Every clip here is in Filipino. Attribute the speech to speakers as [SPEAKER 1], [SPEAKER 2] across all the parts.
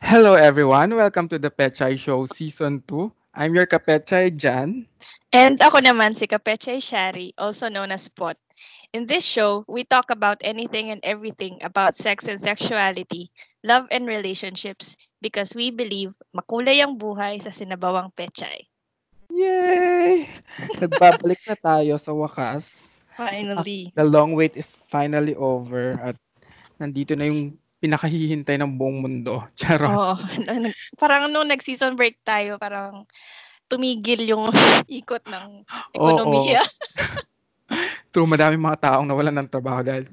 [SPEAKER 1] Hello, everyone. Welcome to the Pechay Show Season 2. I'm your kapechay, Jan.
[SPEAKER 2] And ako naman si Kapeche Shari, also known as Pot. In this show, we talk about anything and everything about sex and sexuality, love and relationships because we believe makulay ang buhay sa sinabawang pechay.
[SPEAKER 1] Yay! Nagbabalik na tayo sa wakas.
[SPEAKER 2] Finally.
[SPEAKER 1] The long wait is finally over at nandito na yung pinakahihintay ng buong mundo. Charot.
[SPEAKER 2] Oo. Nag- parang nung nag-season break tayo, parang tumigil yung ikot ng ekonomiya.
[SPEAKER 1] True, madami mga taong nawalan ng trabaho dahil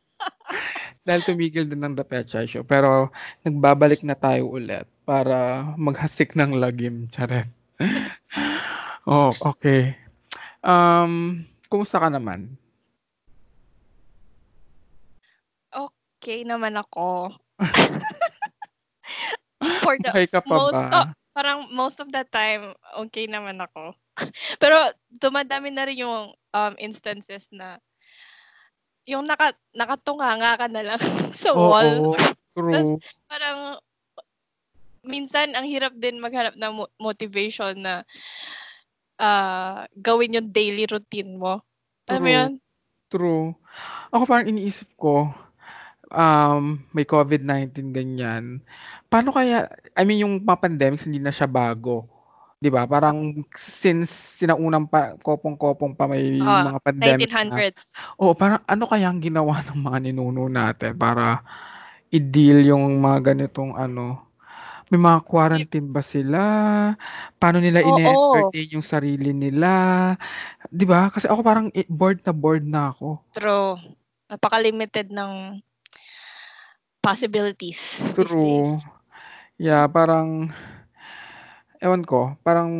[SPEAKER 1] dahil tumigil din ng The Pechay Show. Pero nagbabalik na tayo ulit para maghasik ng lagim. Charet. oh, okay. Um, kumusta ka naman?
[SPEAKER 2] Okay naman ako. For the
[SPEAKER 1] Okay ka pa
[SPEAKER 2] most
[SPEAKER 1] ba?
[SPEAKER 2] of- parang most of the time, okay naman ako. Pero dumadami na rin yung um, instances na yung naka, nakatunganga ka na lang sa wall.
[SPEAKER 1] Oo, true.
[SPEAKER 2] Parang minsan ang hirap din maghanap ng mo- motivation na ah, gawin yung daily routine mo. Alam mo
[SPEAKER 1] True.
[SPEAKER 2] yun?
[SPEAKER 1] True. Ako parang iniisip ko, um, may COVID-19 ganyan. Paano kaya, I mean, yung mga pandemics, hindi na siya bago. 'Di ba Parang since sinaunang pa, kopong-kopong pa may
[SPEAKER 2] Ah,
[SPEAKER 1] mga pandemic. na.
[SPEAKER 2] 1900s.
[SPEAKER 1] Oo, parang ano kaya ang ginawa ng mga ninuno natin para i-deal yung mga ganitong ano. May mga quarantine ba sila? Paano nila
[SPEAKER 2] Oo.
[SPEAKER 1] ine-entertain yung sarili nila? 'Di ba Kasi ako parang eh, bored na bored na ako.
[SPEAKER 2] True. Napaka-limited ng possibilities. these days.
[SPEAKER 1] True. Yeah, parang ewan ko, parang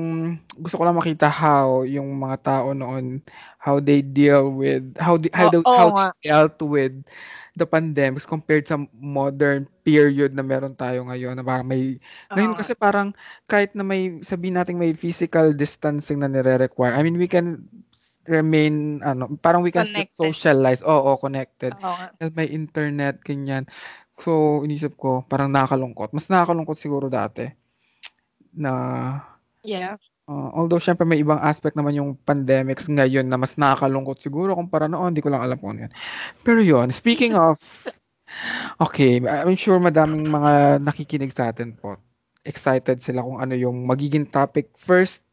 [SPEAKER 1] gusto ko lang makita how yung mga tao noon how they deal with how they, how, they,
[SPEAKER 2] Oo
[SPEAKER 1] how
[SPEAKER 2] nga.
[SPEAKER 1] they dealt with the pandemics compared sa modern period na meron tayo ngayon na parang may ngayon
[SPEAKER 2] Oo nga.
[SPEAKER 1] kasi parang kahit na may sabihin natin may physical distancing na nire-require. I mean, we can remain ano, parang we can
[SPEAKER 2] Connected.
[SPEAKER 1] still socialize. Oo, connected.
[SPEAKER 2] Oo nga.
[SPEAKER 1] Dahil may internet, ganyan. So, inisip ko, parang nakakalungkot. Mas nakakalungkot siguro dati. Na,
[SPEAKER 2] Yeah.
[SPEAKER 1] uh, although syempre may ibang aspect naman yung pandemics ngayon na mas nakakalungkot siguro kumpara noon, hindi ko lang alam kung ano yun. Pero yun, speaking of, okay, I'm sure madaming mga nakikinig sa atin po. Excited sila kung ano yung magiging topic. First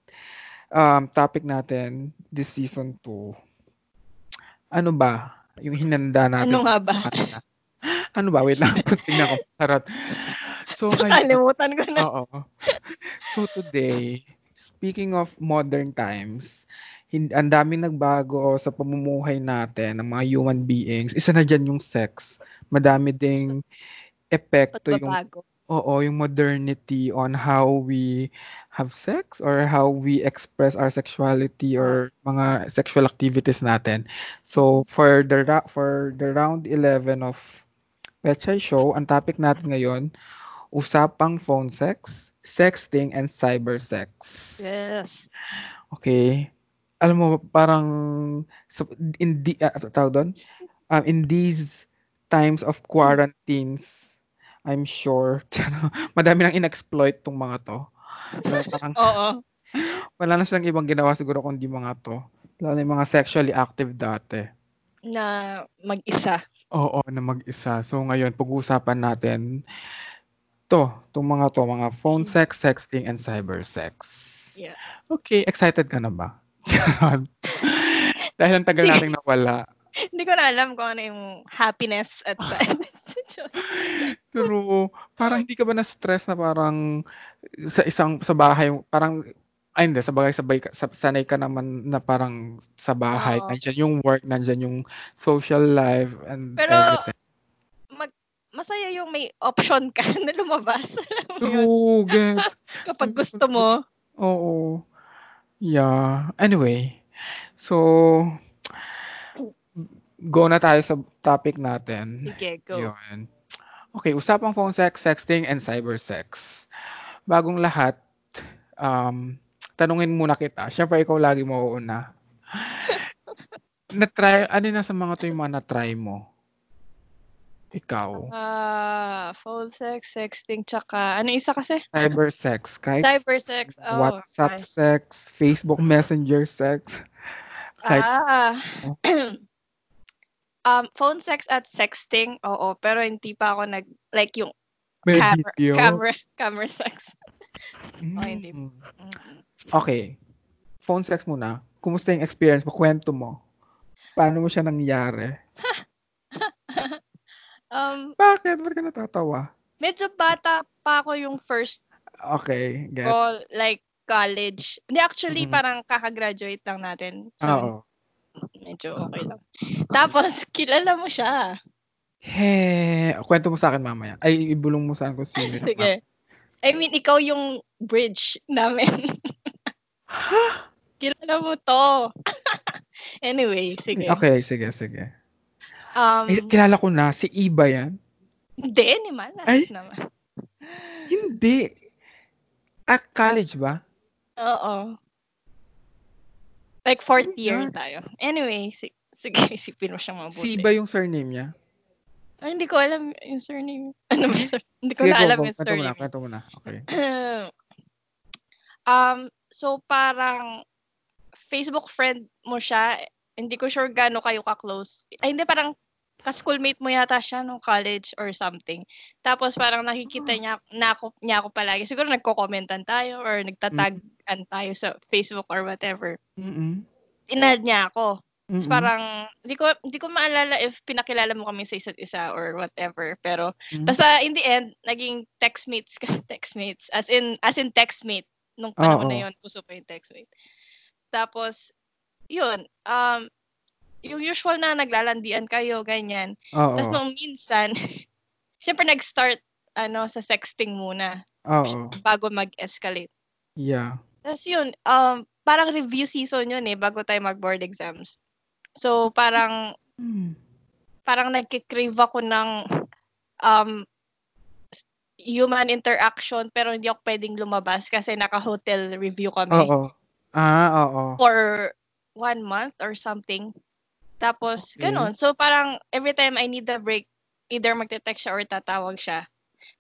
[SPEAKER 1] um, topic natin this season 2. Ano ba yung hinanda natin?
[SPEAKER 2] Ano nga ba?
[SPEAKER 1] Ano? ano ba? Wait lang. Tingnan ko. Sarot. So, ngayon,
[SPEAKER 2] Kalimutan ko na.
[SPEAKER 1] oo. So, today, speaking of modern times, hin- ang daming nagbago sa pamumuhay natin ng mga human beings. Isa na dyan yung sex. Madami ding
[SPEAKER 2] Oh,
[SPEAKER 1] epekto yung
[SPEAKER 2] Pagbabago.
[SPEAKER 1] oo, yung modernity on how we have sex or how we express our sexuality or mga sexual activities natin. So for the ra- for the round 11 of Pechay Show, ang topic natin ngayon, usapang phone sex, sexting and cyber sex.
[SPEAKER 2] Yes.
[SPEAKER 1] Okay. Alam mo, parang sa- in the, ah, tawag doon? Um, in these times of quarantines, I'm sure, tiyano, madami nang in-exploit tong mga to. So, parang
[SPEAKER 2] Oo.
[SPEAKER 1] wala na silang ibang ginawa siguro kundi mga to. Lalo na yung mga sexually active dati.
[SPEAKER 2] Na mag-isa.
[SPEAKER 1] Oo, na mag-isa. So ngayon, pag-uusapan natin to, tong mga to, mga phone sex, sexting, and cyber sex.
[SPEAKER 2] Mm. Yeah.
[SPEAKER 1] Okay, excited ka na ba? Charot. Dahil ang tagal nating nawala.
[SPEAKER 2] Hindi ko na alam kung ano yung happiness at sadness.
[SPEAKER 1] Pero parang hindi ka ba na-stress na parang sa isang sa bahay parang ay hindi sa bagay sabay ka- sa- sanay ka naman na parang sa bahay
[SPEAKER 2] Oo.
[SPEAKER 1] nandiyan yung work nandiyan yung social life and
[SPEAKER 2] Pero,
[SPEAKER 1] everything.
[SPEAKER 2] Masaya yung may option ka na lumabas. Alam mo yun?
[SPEAKER 1] True, guess.
[SPEAKER 2] Kapag gusto mo.
[SPEAKER 1] Oo. Yeah. Anyway, so go na tayo sa topic natin.
[SPEAKER 2] Sige, go.
[SPEAKER 1] Yun. Okay, usapang phone sex, sexting, and cyber sex. Bagong lahat, um, tanungin muna kita. Siyempre, ikaw lagi mauuna. na-try, ano na sa mga to yung mga na-try mo? Ikaw.
[SPEAKER 2] Ah, phone sex, sexting, tsaka ano isa kasi?
[SPEAKER 1] Cyber sex. Kahit
[SPEAKER 2] Cyber sex. Oh,
[SPEAKER 1] WhatsApp
[SPEAKER 2] okay.
[SPEAKER 1] sex, Facebook Messenger sex. Kahit,
[SPEAKER 2] Ah. um, phone sex at sexting, oo. Pero hindi pa ako nag, like yung
[SPEAKER 1] may
[SPEAKER 2] camera,
[SPEAKER 1] video.
[SPEAKER 2] camera, camera sex. Mm-hmm. Oh, hindi.
[SPEAKER 1] Mm. Okay. Phone sex muna. Kumusta yung experience mo? Kwento mo. Paano mo siya nangyari?
[SPEAKER 2] Um,
[SPEAKER 1] Bakit? Ba't ka natatawa?
[SPEAKER 2] medyo bata pa ako yung first
[SPEAKER 1] Okay. Get.
[SPEAKER 2] ko, like college. Hindi, actually,
[SPEAKER 1] Mhm.
[SPEAKER 2] parang kakagraduate lang natin. So,
[SPEAKER 1] Ah, Oo.
[SPEAKER 2] medyo okay lang. Tapos, kilala mo siya.
[SPEAKER 1] He, kwento mo sa akin mamaya. Ay, ibulong mo saan ko sino.
[SPEAKER 2] Sige. I mean, ikaw yung bridge namin. kilala mo to. anyway, sige.
[SPEAKER 1] Okay, sige, sige.
[SPEAKER 2] Um,
[SPEAKER 1] Ay, kilala ko na, si Iba yan.
[SPEAKER 2] Hindi, ni Malas
[SPEAKER 1] Ay.
[SPEAKER 2] naman.
[SPEAKER 1] Hindi. At college ba?
[SPEAKER 2] Oo. Like fourth year
[SPEAKER 1] God.
[SPEAKER 2] tayo. Anyway, si sige, isipin mo siyang mabuti.
[SPEAKER 1] Si Iba yung surname niya.
[SPEAKER 2] Ay, hindi ko alam yung surname. Ano ba yung surname? Hindi ko
[SPEAKER 1] Sige,
[SPEAKER 2] na alam eh.
[SPEAKER 1] go, go.
[SPEAKER 2] yung
[SPEAKER 1] Kwento mo na,
[SPEAKER 2] surname.
[SPEAKER 1] kwento mo na. Okay.
[SPEAKER 2] um, so parang Facebook friend mo siya. Hindi ko sure gaano kayo ka-close. Ay, hindi parang ka-schoolmate mo yata siya nung college or something. Tapos parang nakikita
[SPEAKER 1] Ah.
[SPEAKER 2] niya, na ako, niya ako palagi. Siguro nagko-commentan tayo or nagtatagan tayo sa Facebook or whatever.
[SPEAKER 1] Mm-mm.
[SPEAKER 2] Inad niya ako.
[SPEAKER 1] Mm-mm.
[SPEAKER 2] So, parang, hindi ko, hindi ko maalala if pinakilala mo kami sa isa't isa or whatever. Pero,
[SPEAKER 1] Mm.
[SPEAKER 2] basta in the end, naging textmates ka. Textmates. As in, as in textmate. Nung
[SPEAKER 1] Ah,
[SPEAKER 2] panahon
[SPEAKER 1] Oo.
[SPEAKER 2] na yun, puso pa yung textmate. Tapos, yun. Um, yung usual na naglalandian kayo, ganyan.
[SPEAKER 1] Oo.
[SPEAKER 2] Tapos nung minsan, syempre nag-start ano, sa sexting muna
[SPEAKER 1] Oo.
[SPEAKER 2] bago mag-escalate.
[SPEAKER 1] Yeah.
[SPEAKER 2] Tapos yun, um, parang review season yun eh, bago tayo mag-board exams. So, parang
[SPEAKER 1] Mm.
[SPEAKER 2] parang nagkikrave ako ng um, human interaction pero hindi ako pwedeng lumabas kasi naka-hotel review kami
[SPEAKER 1] Oo. Ah, oo.
[SPEAKER 2] for one month or something. Tapos,
[SPEAKER 1] Okay.
[SPEAKER 2] ganun. So, parang every time I need a break, either magte-text siya or tatawag siya.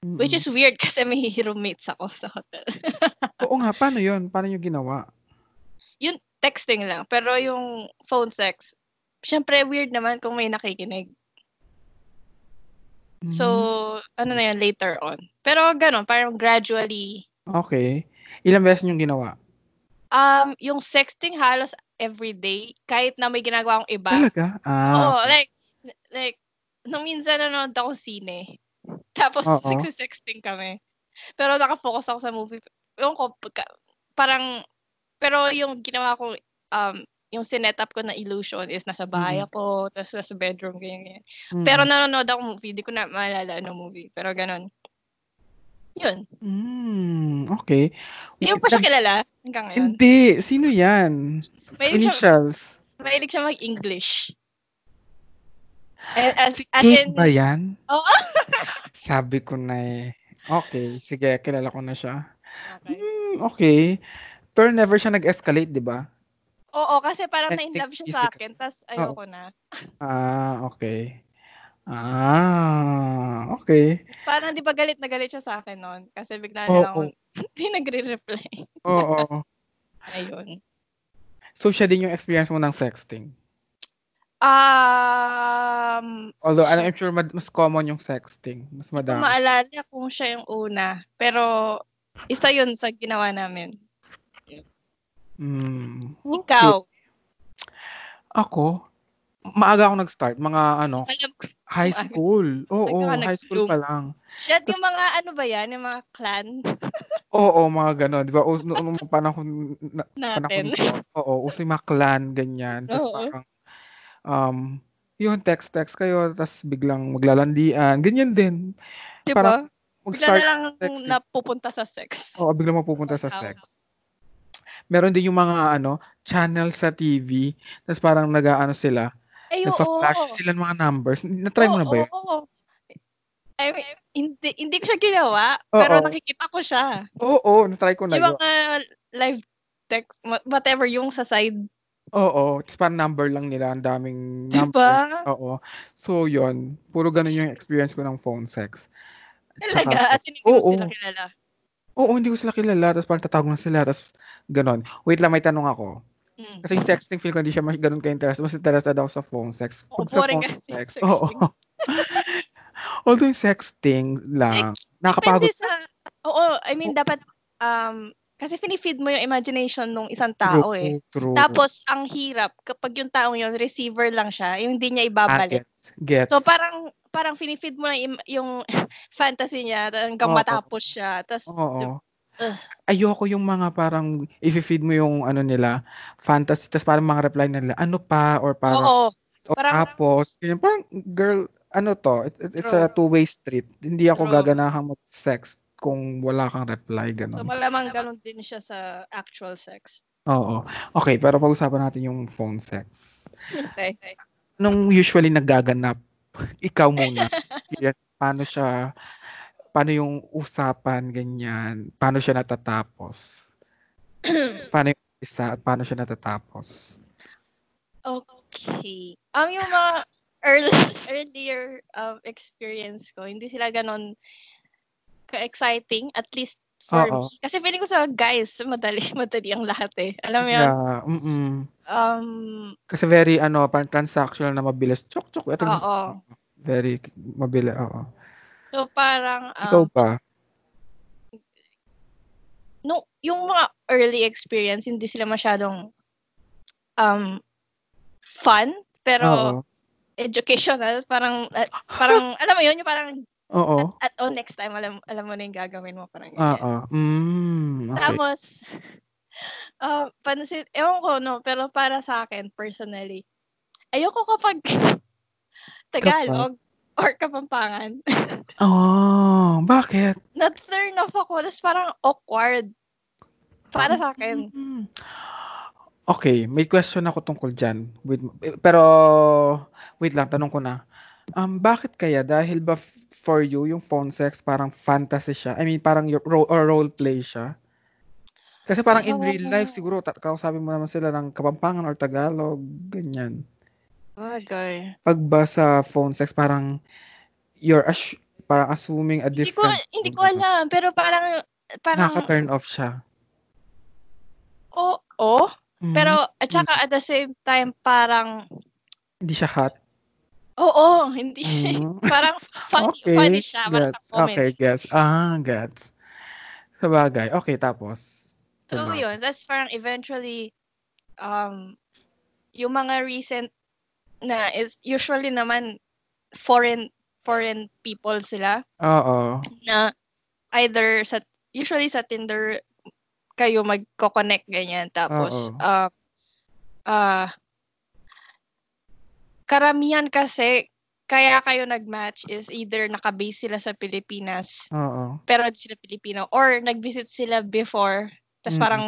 [SPEAKER 1] Mm-mm.
[SPEAKER 2] Which is weird kasi may roommates ako sa hotel.
[SPEAKER 1] Oo nga, paano yun? Paano yung ginawa?
[SPEAKER 2] Yun, texting lang. Pero yung phone sex, syempre weird naman kung may nakikinig.
[SPEAKER 1] Mm.
[SPEAKER 2] So, ano na yun, later on. Pero ganun, parang gradually.
[SPEAKER 1] Okay. Ilang beses yung ginawa?
[SPEAKER 2] Um, yung sexting halos every day, kahit na may ginagawa akong iba.
[SPEAKER 1] Talaga?
[SPEAKER 2] Oo,
[SPEAKER 1] Ah. okay.
[SPEAKER 2] like, like, nung minsan nanonood ako ng sine. Tapos,
[SPEAKER 1] Oo.
[SPEAKER 2] nagsisexting kami. Pero nakafocus ako sa movie. Yung ko, pagka- parang, pero yung ginawa ko, um, yung sinet up ko na illusion is nasa bahay
[SPEAKER 1] Mhm.
[SPEAKER 2] ako, tapos nasa bedroom, ganyan, ganyan.
[SPEAKER 1] Mm.
[SPEAKER 2] Pero nanonood ako ng movie, di ko na maalala anong movie. Pero ganun. Yun.
[SPEAKER 1] Mm, okay.
[SPEAKER 2] Hindi mo pa siya kilala hanggang ngayon.
[SPEAKER 1] Hindi. Sino yan?
[SPEAKER 2] Mahilig siya,
[SPEAKER 1] Initials.
[SPEAKER 2] mahilig siya mag-English. And as,
[SPEAKER 1] Si
[SPEAKER 2] as
[SPEAKER 1] Kate
[SPEAKER 2] in,
[SPEAKER 1] ba yan?
[SPEAKER 2] Oo.
[SPEAKER 1] Sabi ko na eh. Okay. Sige, kilala ko na siya.
[SPEAKER 2] Okay.
[SPEAKER 1] Hmm, okay. Pero never siya nag-escalate, di ba?
[SPEAKER 2] Oo, kasi
[SPEAKER 1] I
[SPEAKER 2] parang
[SPEAKER 1] think
[SPEAKER 2] na-inlove siya
[SPEAKER 1] he's
[SPEAKER 2] sa
[SPEAKER 1] the-
[SPEAKER 2] akin, tas ayoko na.
[SPEAKER 1] Ah, okay. Ah, okay.
[SPEAKER 2] Tas parang di ba galit na galit siya sa akin noon? Kasi bigla na
[SPEAKER 1] Oo.
[SPEAKER 2] lang ako, hindi nagre-reply.
[SPEAKER 1] Oo.
[SPEAKER 2] Ayun.
[SPEAKER 1] So, siya din yung experience mo ng sexting.
[SPEAKER 2] Um,
[SPEAKER 1] Although, ano, I'm sure mad- mas common yung sexting. Mas
[SPEAKER 2] kung
[SPEAKER 1] madami.
[SPEAKER 2] maalala kung siya yung una. Pero, isa yun sa ginawa namin.
[SPEAKER 1] Mm.
[SPEAKER 2] Ikaw,
[SPEAKER 1] Ako, maaga ako nag-start. Mga ano,
[SPEAKER 2] alam ko.
[SPEAKER 1] high
[SPEAKER 2] Maaga.
[SPEAKER 1] school. Oo,
[SPEAKER 2] Maaga ka
[SPEAKER 1] high school
[SPEAKER 2] nag-bloom.
[SPEAKER 1] pa lang.
[SPEAKER 2] Shit, yung mga ano ba yan? Yung mga clan
[SPEAKER 1] Oo, mga ganon. Di ba? Us- Noong noong panahon, na, panahon
[SPEAKER 2] natin.
[SPEAKER 1] ko, oo, uso yung mga clan, ganyan. Tapos
[SPEAKER 2] Oo.
[SPEAKER 1] parang, um, yun, text-text kayo, tapos biglang maglalandian. Ganyan din.
[SPEAKER 2] Di
[SPEAKER 1] parang
[SPEAKER 2] ba? Bigla na
[SPEAKER 1] Mag-start,
[SPEAKER 2] lang
[SPEAKER 1] sexting.
[SPEAKER 2] napupunta sa sex.
[SPEAKER 1] oo, biglang mapupunta sa sex. Meron din yung mga, ano, channel sa TV, tapos parang nag-ano sila,
[SPEAKER 2] Ay, oo.
[SPEAKER 1] nagpa-flash sila ng mga numbers. Na-try mo na ba yun?
[SPEAKER 2] Oo, oo. I mean, hindi, hindi ko siya ginawa,
[SPEAKER 1] Oo.
[SPEAKER 2] pero nakikita ko siya.
[SPEAKER 1] Oo, oo, na-try ko na
[SPEAKER 2] Yung
[SPEAKER 1] yun.
[SPEAKER 2] mga live text, wha- whatever, yung sa side.
[SPEAKER 1] Oo, it's parang number lang nila, ang daming
[SPEAKER 2] Di
[SPEAKER 1] number.
[SPEAKER 2] ba?
[SPEAKER 1] Oo. So, yon puro ganun yung experience ko ng phone sex. At saka-
[SPEAKER 2] Talaga, as in, hindi ko
[SPEAKER 1] Oo.
[SPEAKER 2] sila kilala.
[SPEAKER 1] Oo, hindi ko sila kilala, tapos parang tatawag lang sila, tapos ganun. Wait lang, may tanong ako.
[SPEAKER 2] Mm.
[SPEAKER 1] Kasi yung sexting feel ko hindi siya mas ganun ka-interested. Mas interested ako sa phone sex.
[SPEAKER 2] Oo,
[SPEAKER 1] Pag sa phone
[SPEAKER 2] boring nga yung
[SPEAKER 1] sex.
[SPEAKER 2] sexting.
[SPEAKER 1] Oo. Although yung sexting lang, nakakapagod.
[SPEAKER 2] Depende sa... Oo, I mean, dapat... Um, kasi finifeed mo yung imagination ng isang tao eh.
[SPEAKER 1] True, true.
[SPEAKER 2] Tapos, ang hirap, kapag yung taong yun, receiver lang siya, yung hindi niya
[SPEAKER 1] Ah,
[SPEAKER 2] ibabalik.
[SPEAKER 1] gets, gets.
[SPEAKER 2] So, parang, parang finifeed mo lang im- yung fantasy niya hanggang
[SPEAKER 1] Oo.
[SPEAKER 2] matapos siya. Tapos,
[SPEAKER 1] Oo.
[SPEAKER 2] Ugh.
[SPEAKER 1] Ayoko yung mga parang i-feed mo yung ano nila, fantasy, tapos parang mga reply nila, ano pa, or parang,
[SPEAKER 2] oo.
[SPEAKER 1] o
[SPEAKER 2] parang-
[SPEAKER 1] tapos, ganyan. parang, girl, ano to, it- it- it's a
[SPEAKER 2] True.
[SPEAKER 1] two-way street. Hindi ako
[SPEAKER 2] True.
[SPEAKER 1] gaganahang mag-sex kung wala kang reply,
[SPEAKER 2] So,
[SPEAKER 1] ganun.
[SPEAKER 2] malamang ganun din siya sa actual sex.
[SPEAKER 1] Oo. Okay, pero pag-usapan natin yung phone sex.
[SPEAKER 2] Okay.
[SPEAKER 1] Anong usually nagaganap? Ikaw muna. Yes, paano siya, paano yung usapan, ganyan, paano siya natatapos? Paano yung isa at paano siya natatapos?
[SPEAKER 2] Okay. Um, yung mga early, earlier um, experience ko, hindi sila ganun ka-exciting, at least for
[SPEAKER 1] Ah, Oo.
[SPEAKER 2] me. Kasi feeling ko sa guys, madali, madali ang lahat eh. Alam mo yun?
[SPEAKER 1] Yeah, mm
[SPEAKER 2] Um,
[SPEAKER 1] Kasi very, ano, parang transactional na mabilis. Chok, chok. Ito,
[SPEAKER 2] oo.
[SPEAKER 1] Very mabilis, oo.
[SPEAKER 2] So, parang, um,
[SPEAKER 1] Ikaw pa?
[SPEAKER 2] no, yung mga early experience, hindi sila masyadong um, fun, pero
[SPEAKER 1] Ah, Oo.
[SPEAKER 2] educational. Parang, uh, parang, alam mo yun, yung parang,
[SPEAKER 1] Oo.
[SPEAKER 2] at, at oh, next time, alam, alam mo na yung gagawin mo. Parang ganyan.
[SPEAKER 1] Oo. Mm, okay.
[SPEAKER 2] Tapos, uh, pansin, ewan ko, no, pero para sa akin, personally, ayoko kapag Tagalog or Kapampangan.
[SPEAKER 1] Oh, bakit?
[SPEAKER 2] Na-turn off ako, tapos parang awkward. Para sa akin.
[SPEAKER 1] Mm. Okay, may question ako tungkol dyan. Wait, eh, pero, wait lang, tanong ko na. Um, bakit kaya? Dahil ba f- for you, yung phone sex, parang fantasy siya? I mean, parang your ro- or role play siya? Kasi parang in real
[SPEAKER 2] Oo.
[SPEAKER 1] life, siguro, ta- kausapin mo naman sila ng Kapampangan or Tagalog, ganyan.
[SPEAKER 2] Bagay.
[SPEAKER 1] Pag ba sa phone sex, parang you're ass- parang assuming a
[SPEAKER 2] Hindi ko,
[SPEAKER 1] different...
[SPEAKER 2] hindi ko alam, pero parang, parang,
[SPEAKER 1] Nakaka-turn off siya.
[SPEAKER 2] oo, oh,
[SPEAKER 1] Mm,
[SPEAKER 2] pero, at saka at the same time, parang,
[SPEAKER 1] Hindi siya hot.
[SPEAKER 2] oo, hindi siya,
[SPEAKER 1] Mm.
[SPEAKER 2] parang funny, funny siya, parang
[SPEAKER 1] gets.
[SPEAKER 2] comedy.
[SPEAKER 1] Okay, gets. Ah, gets. Sabagay. Okay, tapos.
[SPEAKER 2] So,
[SPEAKER 1] Diba?
[SPEAKER 2] yun. That's parang eventually, um, yung mga recent na is usually naman foreign foreign people sila
[SPEAKER 1] Oo.
[SPEAKER 2] na either sa usually sa Tinder kayo magko-connect ganyan tapos
[SPEAKER 1] Oo.
[SPEAKER 2] ah ah, karamihan kasi kaya kayo nag-match is either nakabase sila sa Pilipinas
[SPEAKER 1] Oo.
[SPEAKER 2] pero hindi sila Pilipino or nag-visit sila before tapos
[SPEAKER 1] Mm.
[SPEAKER 2] parang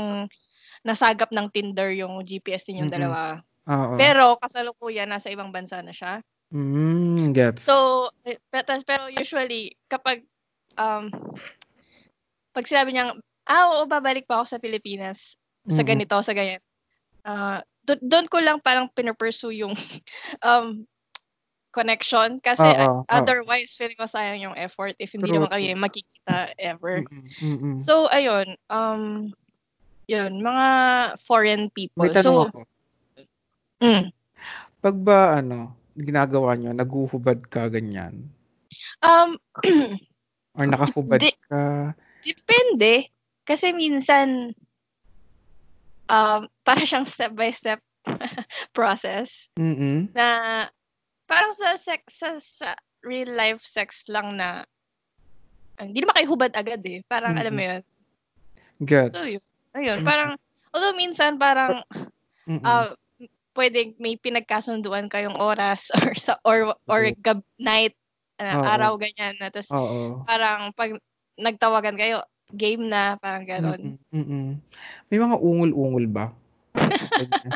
[SPEAKER 2] nasagap ng Tinder yung GPS ninyong
[SPEAKER 1] Mm-mm. Oh.
[SPEAKER 2] dalawa.
[SPEAKER 1] Oo.
[SPEAKER 2] Pero kasalukuyan nasa ibang bansa na siya.
[SPEAKER 1] Mm, gets.
[SPEAKER 2] So eh, pe- tas- pero usually kapag um pag sinabi niya ah oo babalik pa ako sa Pilipinas sa
[SPEAKER 1] Mm-mm.
[SPEAKER 2] ganito sa ganyan. Ah, do- doon ko lang parang pinupursue yung um connection kasi
[SPEAKER 1] Oo, oo.
[SPEAKER 2] otherwise feeling ko sayang yung effort if hindi
[SPEAKER 1] True,
[SPEAKER 2] naman kayo makikita ever.
[SPEAKER 1] Mm-mm, mm-mm.
[SPEAKER 2] So, ayun. Um, yun, mga foreign people.
[SPEAKER 1] May tanong
[SPEAKER 2] so,
[SPEAKER 1] ako.
[SPEAKER 2] mm.
[SPEAKER 1] Pag ba, ano, ginagawa nyo, naguhubad ka ganyan?
[SPEAKER 2] um,
[SPEAKER 1] Or nakahubad
[SPEAKER 2] Di-
[SPEAKER 1] ka?
[SPEAKER 2] depende. Kasi minsan, um, para siyang step-by-step process
[SPEAKER 1] Mm-mm.
[SPEAKER 2] na parang sa sex, sa, sa real life sex lang na hindi naman kayo hubad agad eh. Parang, alam mo yun.
[SPEAKER 1] Gets.
[SPEAKER 2] So, yun. Ayun, parang, although minsan parang
[SPEAKER 1] Mm-mm.
[SPEAKER 2] uh, pwedeng may pinagkasunduan kayong oras or sa or or
[SPEAKER 1] Oo.
[SPEAKER 2] gab night uh,
[SPEAKER 1] Oo.
[SPEAKER 2] araw ganyan na tapos
[SPEAKER 1] Oo.
[SPEAKER 2] parang pag nagtawagan kayo game na parang gano'n.
[SPEAKER 1] Mm-mm, mm-mm. May mga ungol-ungol ba? Ganyan.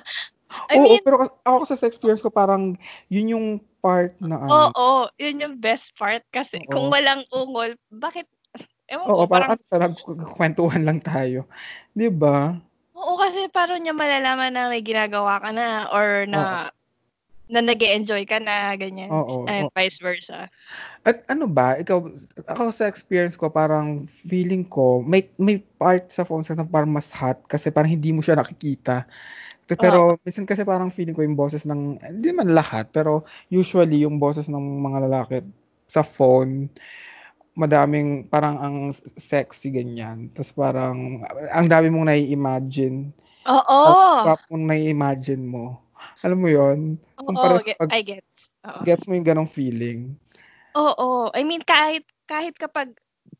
[SPEAKER 2] I
[SPEAKER 1] oo,
[SPEAKER 2] mean,
[SPEAKER 1] pero kas- ako kasi sa experience ko parang yun yung part na ano.
[SPEAKER 2] oo, yun yung best part kasi
[SPEAKER 1] Oo.
[SPEAKER 2] kung walang ungol, bakit ewan
[SPEAKER 1] Oo,
[SPEAKER 2] ko, parang,
[SPEAKER 1] parang, parang ano talaga, kwentuhan lang tayo. Di ba?
[SPEAKER 2] oo, Oo, kasi parang niya malalaman na may ginagawa ka na or na na nag enjoy ka na, ganyan.
[SPEAKER 1] Oo,
[SPEAKER 2] and
[SPEAKER 1] oo.
[SPEAKER 2] vice versa.
[SPEAKER 1] At ano ba, ikaw, ako sa experience ko, parang feeling ko, may, may part sa phone sex na parang mas hot kasi parang hindi mo siya nakikita. T- Pero minsan kasi parang feeling ko yung boses ng, hindi man lahat, pero usually yung boses ng mga lalaki sa phone, madaming parang ang sexy ganyan. Tapos parang, ang dami mong nai-imagine.
[SPEAKER 2] Oo.
[SPEAKER 1] Ang mong nai-imagine mo. Alam mo yon
[SPEAKER 2] Oo,
[SPEAKER 1] kumpara sa
[SPEAKER 2] get,
[SPEAKER 1] pag-
[SPEAKER 2] I get. Oo.
[SPEAKER 1] Gets mo yung ganong feeling.
[SPEAKER 2] Oo. I mean, kahit, kahit kapag,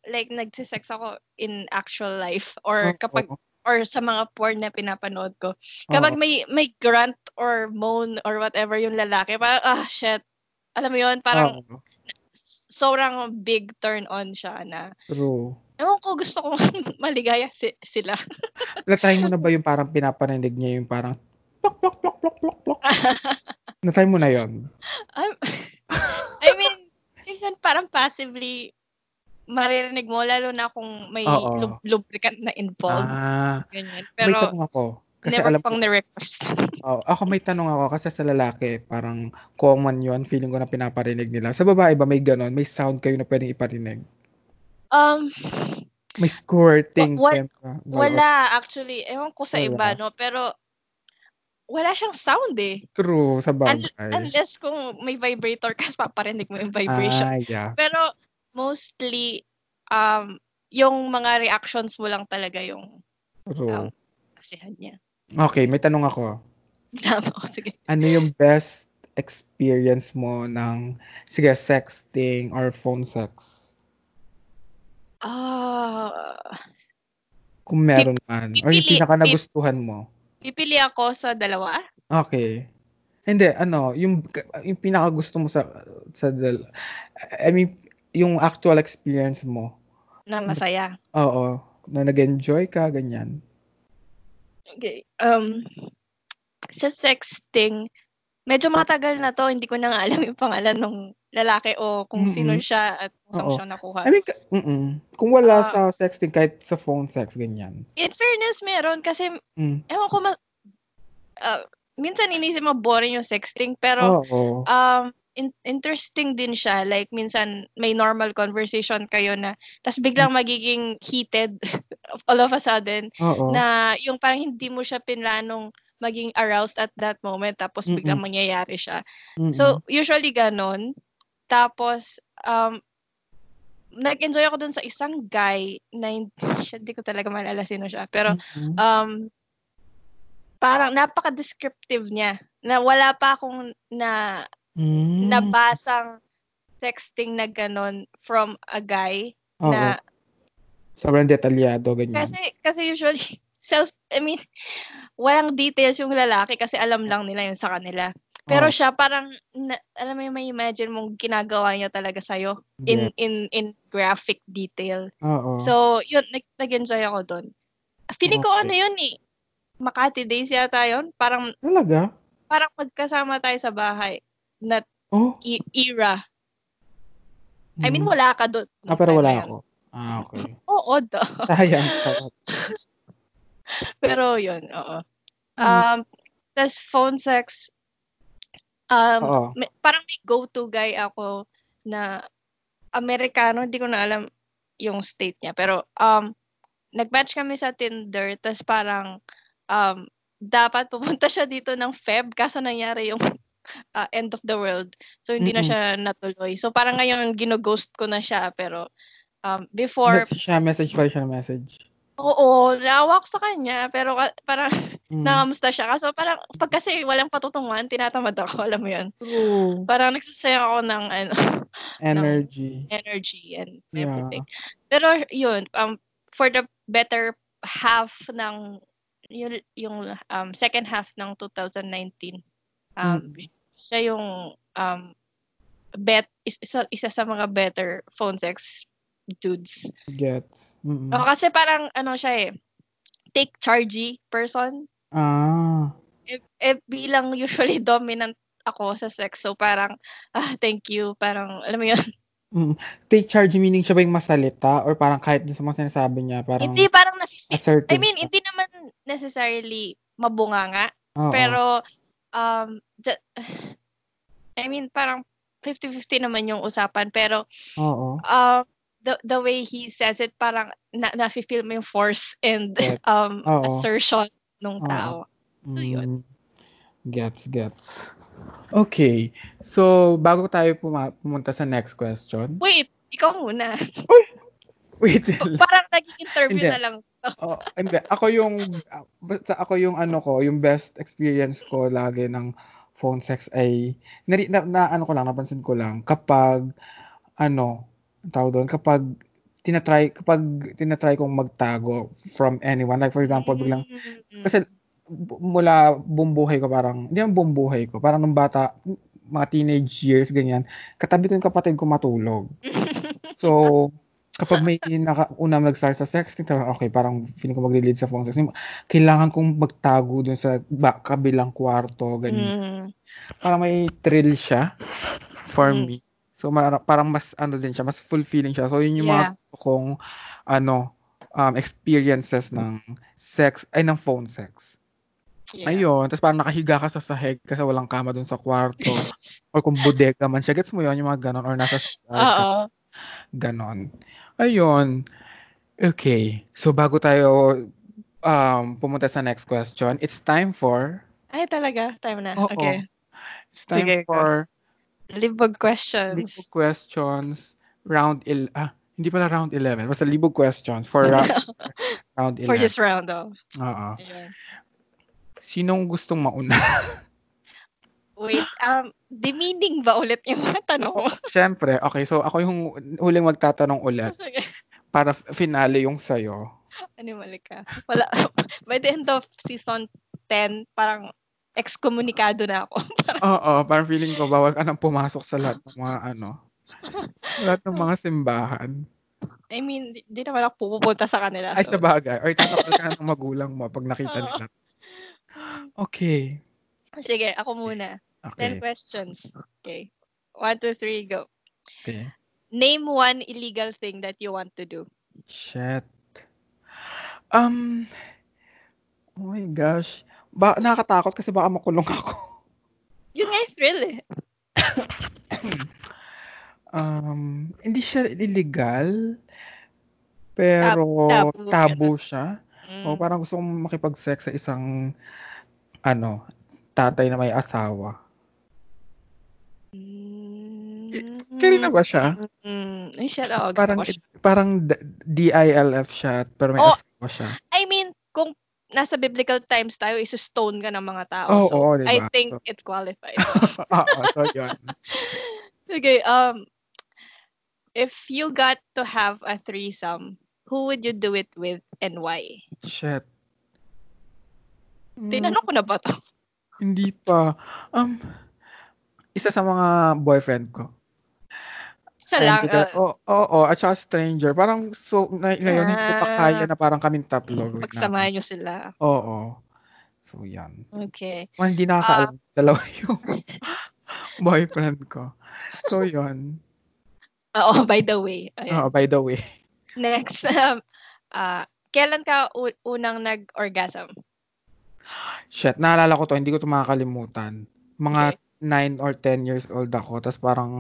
[SPEAKER 2] like, nagsisex ako in actual life
[SPEAKER 1] Ah, Oo. Ah,
[SPEAKER 2] or kapag, or sa mga porn na pinapanood ko,
[SPEAKER 1] Oo.
[SPEAKER 2] kapag may, may grunt or moan or whatever yung lalaki, parang, ah, shit. Alam mo yun, parang
[SPEAKER 1] Oo.
[SPEAKER 2] sobrang big turn on siya na,
[SPEAKER 1] True.
[SPEAKER 2] ewan ko, gusto ko maligaya si- sila.
[SPEAKER 1] Na-try mo na ba yung parang pinapaninig niya yung parang plok, plok, plok, plok, plok, plok. Na-try mo na yon
[SPEAKER 2] I'm- I mean, minsan parang passively maririnig mo, lalo na kung may
[SPEAKER 1] Oo.
[SPEAKER 2] lub- lubricant na involved.
[SPEAKER 1] Ah,
[SPEAKER 2] ganyan.
[SPEAKER 1] may
[SPEAKER 2] Pero,
[SPEAKER 1] tanong ako. Kasi
[SPEAKER 2] never
[SPEAKER 1] alam ko,
[SPEAKER 2] pang na-request.
[SPEAKER 1] oh, ako may tanong ako kasi sa lalaki, parang common yon feeling ko na pinaparinig nila. Sa babae ba may ganon? May sound kayo na pwedeng iparinig?
[SPEAKER 2] Um,
[SPEAKER 1] May squirting.
[SPEAKER 2] Wa- wa-
[SPEAKER 1] kayo na-
[SPEAKER 2] wala actually. Ewan ko sa
[SPEAKER 1] Wala.
[SPEAKER 2] iba, no? Pero, wala siyang sound eh.
[SPEAKER 1] True, sa
[SPEAKER 2] Un-
[SPEAKER 1] bagay.
[SPEAKER 2] unless kung may vibrator ka, paparinig mo yung vibration.
[SPEAKER 1] Ah, yeah.
[SPEAKER 2] Pero, mostly, um, yung mga reactions mo lang talaga yung Oh.
[SPEAKER 1] True.
[SPEAKER 2] kasihan niya.
[SPEAKER 1] Okay, may tanong ako.
[SPEAKER 2] Tama ko, sige.
[SPEAKER 1] ano yung best experience mo ng sige sexting or phone sex
[SPEAKER 2] Ah,
[SPEAKER 1] kung meron man or yung
[SPEAKER 2] pipili-
[SPEAKER 1] pinaka nagustuhan mo
[SPEAKER 2] pipili ako sa dalawa.
[SPEAKER 1] okay hindi ano yung yung pinaka gusto mo sa sa dal- I mean yung actual experience mo
[SPEAKER 2] na masaya.
[SPEAKER 1] oo na nag-enjoy ka ganyan
[SPEAKER 2] Okay. Um, sa sexting, medyo
[SPEAKER 1] Ah.
[SPEAKER 2] matagal na to, hindi ko na nga alam yung pangalan ng lalaki o kung
[SPEAKER 1] Mm-mm.
[SPEAKER 2] sino siya at kung saan
[SPEAKER 1] Oo.
[SPEAKER 2] siya nakuha.
[SPEAKER 1] I mean ka- mm-mm. kung wala
[SPEAKER 2] Ah.
[SPEAKER 1] sa sexting kahit sa phone sex ganyan
[SPEAKER 2] In fairness, meron kasi,
[SPEAKER 1] mm.
[SPEAKER 2] ewan ko, ma- ah, minsan inisip mo boring yung sexting, pero
[SPEAKER 1] oo
[SPEAKER 2] um, in- interesting din siya. Like, minsan may normal conversation kayo na, tas
[SPEAKER 1] Mm.
[SPEAKER 2] biglang magiging heated all of a sudden.
[SPEAKER 1] oo
[SPEAKER 2] na yung parang hindi mo siya pinlanong maging aroused at that moment tapos
[SPEAKER 1] Mm-mm.
[SPEAKER 2] biglang mangyayari siya.
[SPEAKER 1] Mm-mm.
[SPEAKER 2] So usually ganon. Tapos um nag-enjoy ako dun sa isang guy na hindi, siya, hindi ko talaga maalala sino siya. Pero
[SPEAKER 1] Mm-mm.
[SPEAKER 2] um parang napaka-descriptive niya na wala pa akong na
[SPEAKER 1] Mm.
[SPEAKER 2] nabasang texting na ganon from a guy
[SPEAKER 1] Oo.
[SPEAKER 2] na
[SPEAKER 1] Sobrang detalyado, ganyan.
[SPEAKER 2] Kasi kasi usually self I mean walang details yung lalaki kasi alam lang nila yun sa kanila. Pero
[SPEAKER 1] Oo.
[SPEAKER 2] siya parang na, alam mo yung may imagine mong ginagawa niya talaga sa in
[SPEAKER 1] Yes.
[SPEAKER 2] in in graphic detail.
[SPEAKER 1] Oo.
[SPEAKER 2] So yun nag, nag-enjoy ako doon. Feeling ko
[SPEAKER 1] Okay.
[SPEAKER 2] ano yun eh. Makati Days yata yun. Parang
[SPEAKER 1] Talaga?
[SPEAKER 2] parang magkasama tayo sa bahay na
[SPEAKER 1] Oh.
[SPEAKER 2] e- era. I mean
[SPEAKER 1] Mm.
[SPEAKER 2] wala ka doon.
[SPEAKER 1] Ah, pero wala ako. Ah, okay.
[SPEAKER 2] Oo, do.
[SPEAKER 1] Sayang.
[SPEAKER 2] Pero yun, oo.
[SPEAKER 1] Mm.
[SPEAKER 2] Um, tas phone sex, um,
[SPEAKER 1] Oo.
[SPEAKER 2] may- parang may go-to guy ako na Amerikano, hindi ko na alam yung state niya. Pero, um, nag-match kami sa Tinder, tas parang, um, dapat pupunta siya dito ng Feb, kaso nangyari yung uh, end of the world. So, hindi na
[SPEAKER 1] Mm-mm.
[SPEAKER 2] siya natuloy. So, parang ngayon, ginoghost ko na siya, pero, um, before,
[SPEAKER 1] Message siya, message pa siya, message.
[SPEAKER 2] oo, naawa ko sa kanya, pero ka- parang,
[SPEAKER 1] Mm.
[SPEAKER 2] nakamusta siya. Kaso parang, pag kasi walang patutunguhan, tinatamad ako, alam mo yun.
[SPEAKER 1] True.
[SPEAKER 2] Parang nagsasayang ako ng ano,
[SPEAKER 1] Energy.
[SPEAKER 2] energy and
[SPEAKER 1] Yeah.
[SPEAKER 2] everything. Pero yun, um, for the better half ng, yung, yung um, second half ng 2019, um,
[SPEAKER 1] Mm.
[SPEAKER 2] siya yung um, bet, isa, isa sa mga better phone sex dudes.
[SPEAKER 1] Gets. Mm-mm.
[SPEAKER 2] O, kasi parang ano siya eh, take chargey person.
[SPEAKER 1] Ah.
[SPEAKER 2] eh, eh, bilang usually dominant ako sa sex. So, parang, ah, thank you. Parang, alam mo yun.
[SPEAKER 1] Mm. Take charge meaning siya ba yung masalita or parang kahit dun sa mga sinasabi niya, parang
[SPEAKER 2] hindi, parang nafe
[SPEAKER 1] assertive
[SPEAKER 2] I mean,
[SPEAKER 1] siya?
[SPEAKER 2] hindi naman necessarily mabunganga,
[SPEAKER 1] Oo.
[SPEAKER 2] pero um the, I mean parang 50-50 naman yung usapan pero
[SPEAKER 1] Oo.
[SPEAKER 2] um the the way he says it parang na, nafe-feel mo yung force and
[SPEAKER 1] Yes.
[SPEAKER 2] um
[SPEAKER 1] Oo.
[SPEAKER 2] assertion nung
[SPEAKER 1] Oo.
[SPEAKER 2] tao. Ah, So, yun.
[SPEAKER 1] Mm. Gets, gets. Okay. So, bago tayo puma- pumunta sa next question.
[SPEAKER 2] Wait, ikaw muna.
[SPEAKER 1] Wait. lang.
[SPEAKER 2] parang naging interview
[SPEAKER 1] Hindi.
[SPEAKER 2] na lang.
[SPEAKER 1] oh, hindi. Ako yung, ah, basta ako yung ano ko, yung best experience ko lagi ng phone sex ay, na, na, na- ano ko lang, napansin ko lang, kapag, ano, ang tawag doon, kapag tinatry, kapag tinatry kong magtago from anyone, like for example, biglang
[SPEAKER 2] Mm.
[SPEAKER 1] kasi bu- mula bumbuhay ko parang, hindi ang bumbuhay ko, parang nung bata, m- mga teenage years, ganyan, katabi ko yung kapatid ko matulog. so, kapag may nakaunang nag-start sa sex, parang okay, parang feeling ko mag-lead sa phone sex. Yung- Kailangan kong magtago dun sa ba, kabilang kwarto, ganyan.
[SPEAKER 2] Mm.
[SPEAKER 1] Parang may thrill siya for
[SPEAKER 2] Mm.
[SPEAKER 1] me. So, mara- parang mas, ano din siya, mas fulfilling siya. So, yun yung
[SPEAKER 2] Yeah.
[SPEAKER 1] mga gusto kong, ano, um, experiences ng sex, ay, ng phone sex.
[SPEAKER 2] Yeah.
[SPEAKER 1] Ayun, tapos parang nakahiga ka sa sahig kasi walang kama dun sa kwarto. or kung bodega man siya, gets mo yun, yung mga ganon. Or nasa uh,
[SPEAKER 2] Oo.
[SPEAKER 1] ganon. Ayun. Okay. So bago tayo um, pumunta sa next question, it's time for...
[SPEAKER 2] Ay, talaga. Time na.
[SPEAKER 1] Oo.
[SPEAKER 2] Okay.
[SPEAKER 1] It's time
[SPEAKER 2] Sige, go.
[SPEAKER 1] for
[SPEAKER 2] Libog questions.
[SPEAKER 1] libog questions round... Il- ah, hindi pala round 11. Basta libog questions for round, round 11.
[SPEAKER 2] For this round, oh.
[SPEAKER 1] Oo.
[SPEAKER 2] Ayan.
[SPEAKER 1] Sinong gustong mauna?
[SPEAKER 2] Wait, um, demeaning ba ulit yung mga tanong?
[SPEAKER 1] Siyempre. Okay, so ako yung huling magtatanong ulit.
[SPEAKER 2] Sige,
[SPEAKER 1] para f- finale yung sayo.
[SPEAKER 2] animal ka. Wala, by the end of season 10, parang excommunicado na ako.
[SPEAKER 1] Oo, parang feeling ko bawal ka nang pumasok sa lahat ng mga ano. Lahat ng mga simbahan.
[SPEAKER 2] I mean, di, di naman ako pupunta sa kanila.
[SPEAKER 1] Ay,
[SPEAKER 2] so-
[SPEAKER 1] sa bagay. Or tatakal ka na ng magulang mo pag nakita nila. Okay.
[SPEAKER 2] Sige, ako muna.
[SPEAKER 1] Okay.
[SPEAKER 2] 10 questions. Okay. 1, 2, 3, go.
[SPEAKER 1] Okay.
[SPEAKER 2] Name one illegal thing that you want to do.
[SPEAKER 1] Shit. Um, oh my gosh. Ba nakakatakot kasi baka makulong ako.
[SPEAKER 2] Yun nga yung thrill eh.
[SPEAKER 1] Um, hindi siya illegal. Pero
[SPEAKER 2] Tab- tabu.
[SPEAKER 1] tabu siya.
[SPEAKER 2] Mm.
[SPEAKER 1] O parang gusto kong makipag-sex sa isang ano, tatay na may asawa.
[SPEAKER 2] Mm.
[SPEAKER 1] Kaya na ba siya?
[SPEAKER 2] Mm. Ay, shut up.
[SPEAKER 1] Parang parang D- DILF siya pero may
[SPEAKER 2] Oh.
[SPEAKER 1] asawa siya.
[SPEAKER 2] I mean, kung nasa biblical times tayo, isustone ka ng mga tao.
[SPEAKER 1] Oo,
[SPEAKER 2] Oh, so,
[SPEAKER 1] oo, diba?
[SPEAKER 2] I think
[SPEAKER 1] So-
[SPEAKER 2] it qualifies.
[SPEAKER 1] Oo, so yun.
[SPEAKER 2] okay, um, if you got to have a threesome, who would you do it with and why?
[SPEAKER 1] Shit. Mm,
[SPEAKER 2] Tinanong ko na ba to?
[SPEAKER 1] hindi pa. Um, isa sa mga boyfriend ko.
[SPEAKER 2] Isa lang.
[SPEAKER 1] Hindi ka- Oo,
[SPEAKER 2] Uh,
[SPEAKER 1] oo, at saka stranger. Parang so, na, ngayon, hindi ko pa
[SPEAKER 2] Ah.
[SPEAKER 1] kaya na parang kaming tatlo. gawin namin.
[SPEAKER 2] pagsamahan nyo sila.
[SPEAKER 1] Oo. So, yan.
[SPEAKER 2] Okay.
[SPEAKER 1] Well, hindi nakakaalam.
[SPEAKER 2] Ah.
[SPEAKER 1] dalawa yung boyfriend ko. So, yun.
[SPEAKER 2] Oo, Ah, by the way. Ayan.
[SPEAKER 1] Oh, by the way.
[SPEAKER 2] Next. Um, ah, kailan ka u- unang nag-orgasm?
[SPEAKER 1] Shit, naalala ko to. Hindi ko to makakalimutan. Mga 9 or 10 years old ako. Tapos parang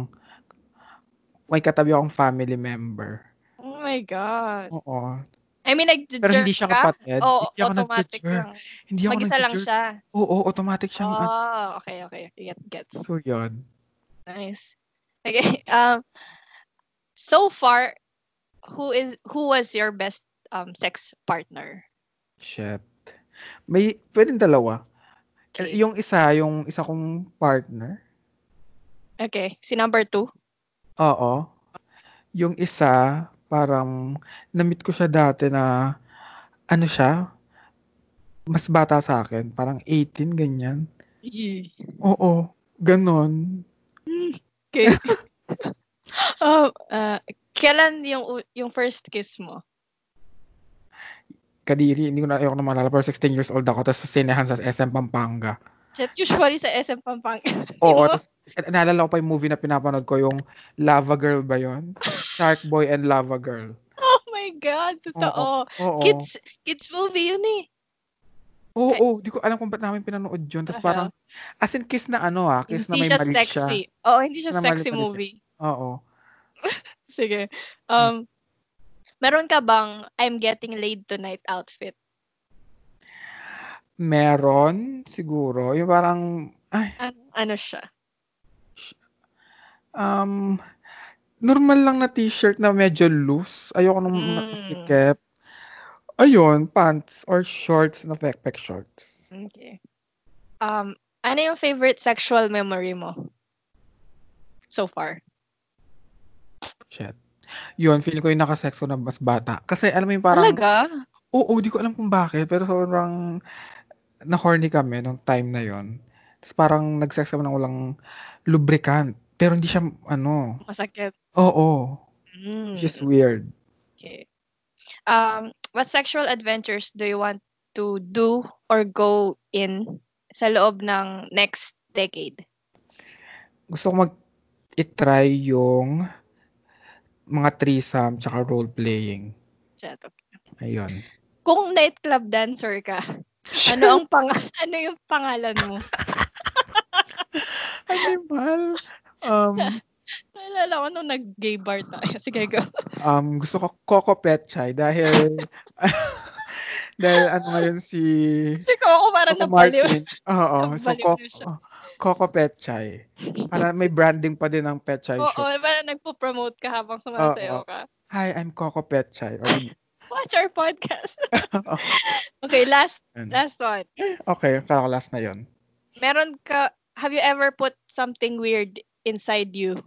[SPEAKER 1] may katabi akong family member.
[SPEAKER 2] Oh my God.
[SPEAKER 1] Oo.
[SPEAKER 2] I mean, nag-jerk
[SPEAKER 1] Pero hindi siya kapatid.
[SPEAKER 2] Oo,
[SPEAKER 1] hindi ako
[SPEAKER 2] automatic
[SPEAKER 1] nag-jerk.
[SPEAKER 2] lang.
[SPEAKER 1] Hindi ako
[SPEAKER 2] Mag-isa lang
[SPEAKER 1] nag-jerk.
[SPEAKER 2] siya.
[SPEAKER 1] Oo, automatic siyang ano.
[SPEAKER 2] Oh, okay, okay. Get, gets.
[SPEAKER 1] So, yun.
[SPEAKER 2] Nice. Okay. Um, so far, who is who was your best um sex partner?
[SPEAKER 1] Shit. May, pwedeng dalawa.
[SPEAKER 2] Okay.
[SPEAKER 1] Yung isa, yung isa kong partner.
[SPEAKER 2] Okay. Si number two.
[SPEAKER 1] Oo. Yung isa, parang na-meet ko siya dati na ano siya, mas bata sa akin, parang 18 ganyan. Oo, ganon.
[SPEAKER 2] Okay. um, uh, kailan yung u- yung first kiss mo?
[SPEAKER 1] Kadiri, hindi ko na ayoko na maalala, pero 16 years old ako, tapos sa sinehan sa SM Pampanga.
[SPEAKER 2] Shit, usually sa SM Pampanga.
[SPEAKER 1] Oo,
[SPEAKER 2] Oh, Di ba?
[SPEAKER 1] tapos eh, naalala ko pa yung movie na pinapanood ko, yung Lava Girl ba yon? Shark Boy and Lava Girl.
[SPEAKER 2] oh my God, totoo.
[SPEAKER 1] Oo.
[SPEAKER 2] Kids, kids movie yun eh.
[SPEAKER 1] Oo, oh, oh, di ko alam kung ba't namin pinanood yun. Tapos
[SPEAKER 2] Uh-huh.
[SPEAKER 1] parang, as in kiss na ano ah, kiss na may
[SPEAKER 2] hindi siya
[SPEAKER 1] mali siya.
[SPEAKER 2] sexy. Oo, hindi siya
[SPEAKER 1] Kiss na mali
[SPEAKER 2] sexy
[SPEAKER 1] pala siya.
[SPEAKER 2] movie.
[SPEAKER 1] Oo.
[SPEAKER 2] Sige. Um, meron ka bang I'm getting laid tonight outfit?
[SPEAKER 1] Meron, siguro. Yung parang, ay,
[SPEAKER 2] Ano, ano siya?
[SPEAKER 1] um, normal lang na t-shirt na medyo loose. Ayoko nung
[SPEAKER 2] Mm.
[SPEAKER 1] makasikip. Ayun, pants or shorts na pekpek shorts.
[SPEAKER 2] Okay. Um, ano yung favorite sexual memory mo? So far.
[SPEAKER 1] Shit. Yun, feeling ko yung nakasex ko na mas bata. Kasi alam mo yung parang,
[SPEAKER 2] Talaga?
[SPEAKER 1] Oo, di ko alam kung bakit, pero sobrang na-horny kami nung time na yon. Tapos parang nag-sex kami ng walang lubricant. Pero hindi siya, ano,
[SPEAKER 2] Masakit.
[SPEAKER 1] oo,
[SPEAKER 2] Mm.
[SPEAKER 1] which is weird.
[SPEAKER 2] Okay. Um, what sexual adventures do you want to do or go in sa loob ng next decade?
[SPEAKER 1] Gusto ko mag try yung mga threesome tsaka role-playing.
[SPEAKER 2] Shut up.
[SPEAKER 1] Ayun.
[SPEAKER 2] Kung nightclub dancer ka, ano ang pang ano yung pangalan mo?
[SPEAKER 1] Animal. Um,
[SPEAKER 2] Naalala ko nung nag-gay bar tayo. Sige, go.
[SPEAKER 1] um, gusto ko Coco Petchay dahil dahil ano ngayon si
[SPEAKER 2] Kasi ko ako parang
[SPEAKER 1] Coco
[SPEAKER 2] nabaliw.
[SPEAKER 1] Martin. Oo, so
[SPEAKER 2] Nabaliw
[SPEAKER 1] Coco, oh,
[SPEAKER 2] na siya.
[SPEAKER 1] Coco Petchay. Para may branding pa din ng Petchay
[SPEAKER 2] Oo,
[SPEAKER 1] shop.
[SPEAKER 2] parang nagpo-promote ka habang
[SPEAKER 1] Oo.
[SPEAKER 2] sumasayaw ka.
[SPEAKER 1] Hi, I'm Coco Oh, Petchay. Or,
[SPEAKER 2] Watch our podcast. okay, last
[SPEAKER 1] Ayun.
[SPEAKER 2] last one.
[SPEAKER 1] Oh, okay, kala ko last na yon.
[SPEAKER 2] Meron ka have you ever put something weird inside you?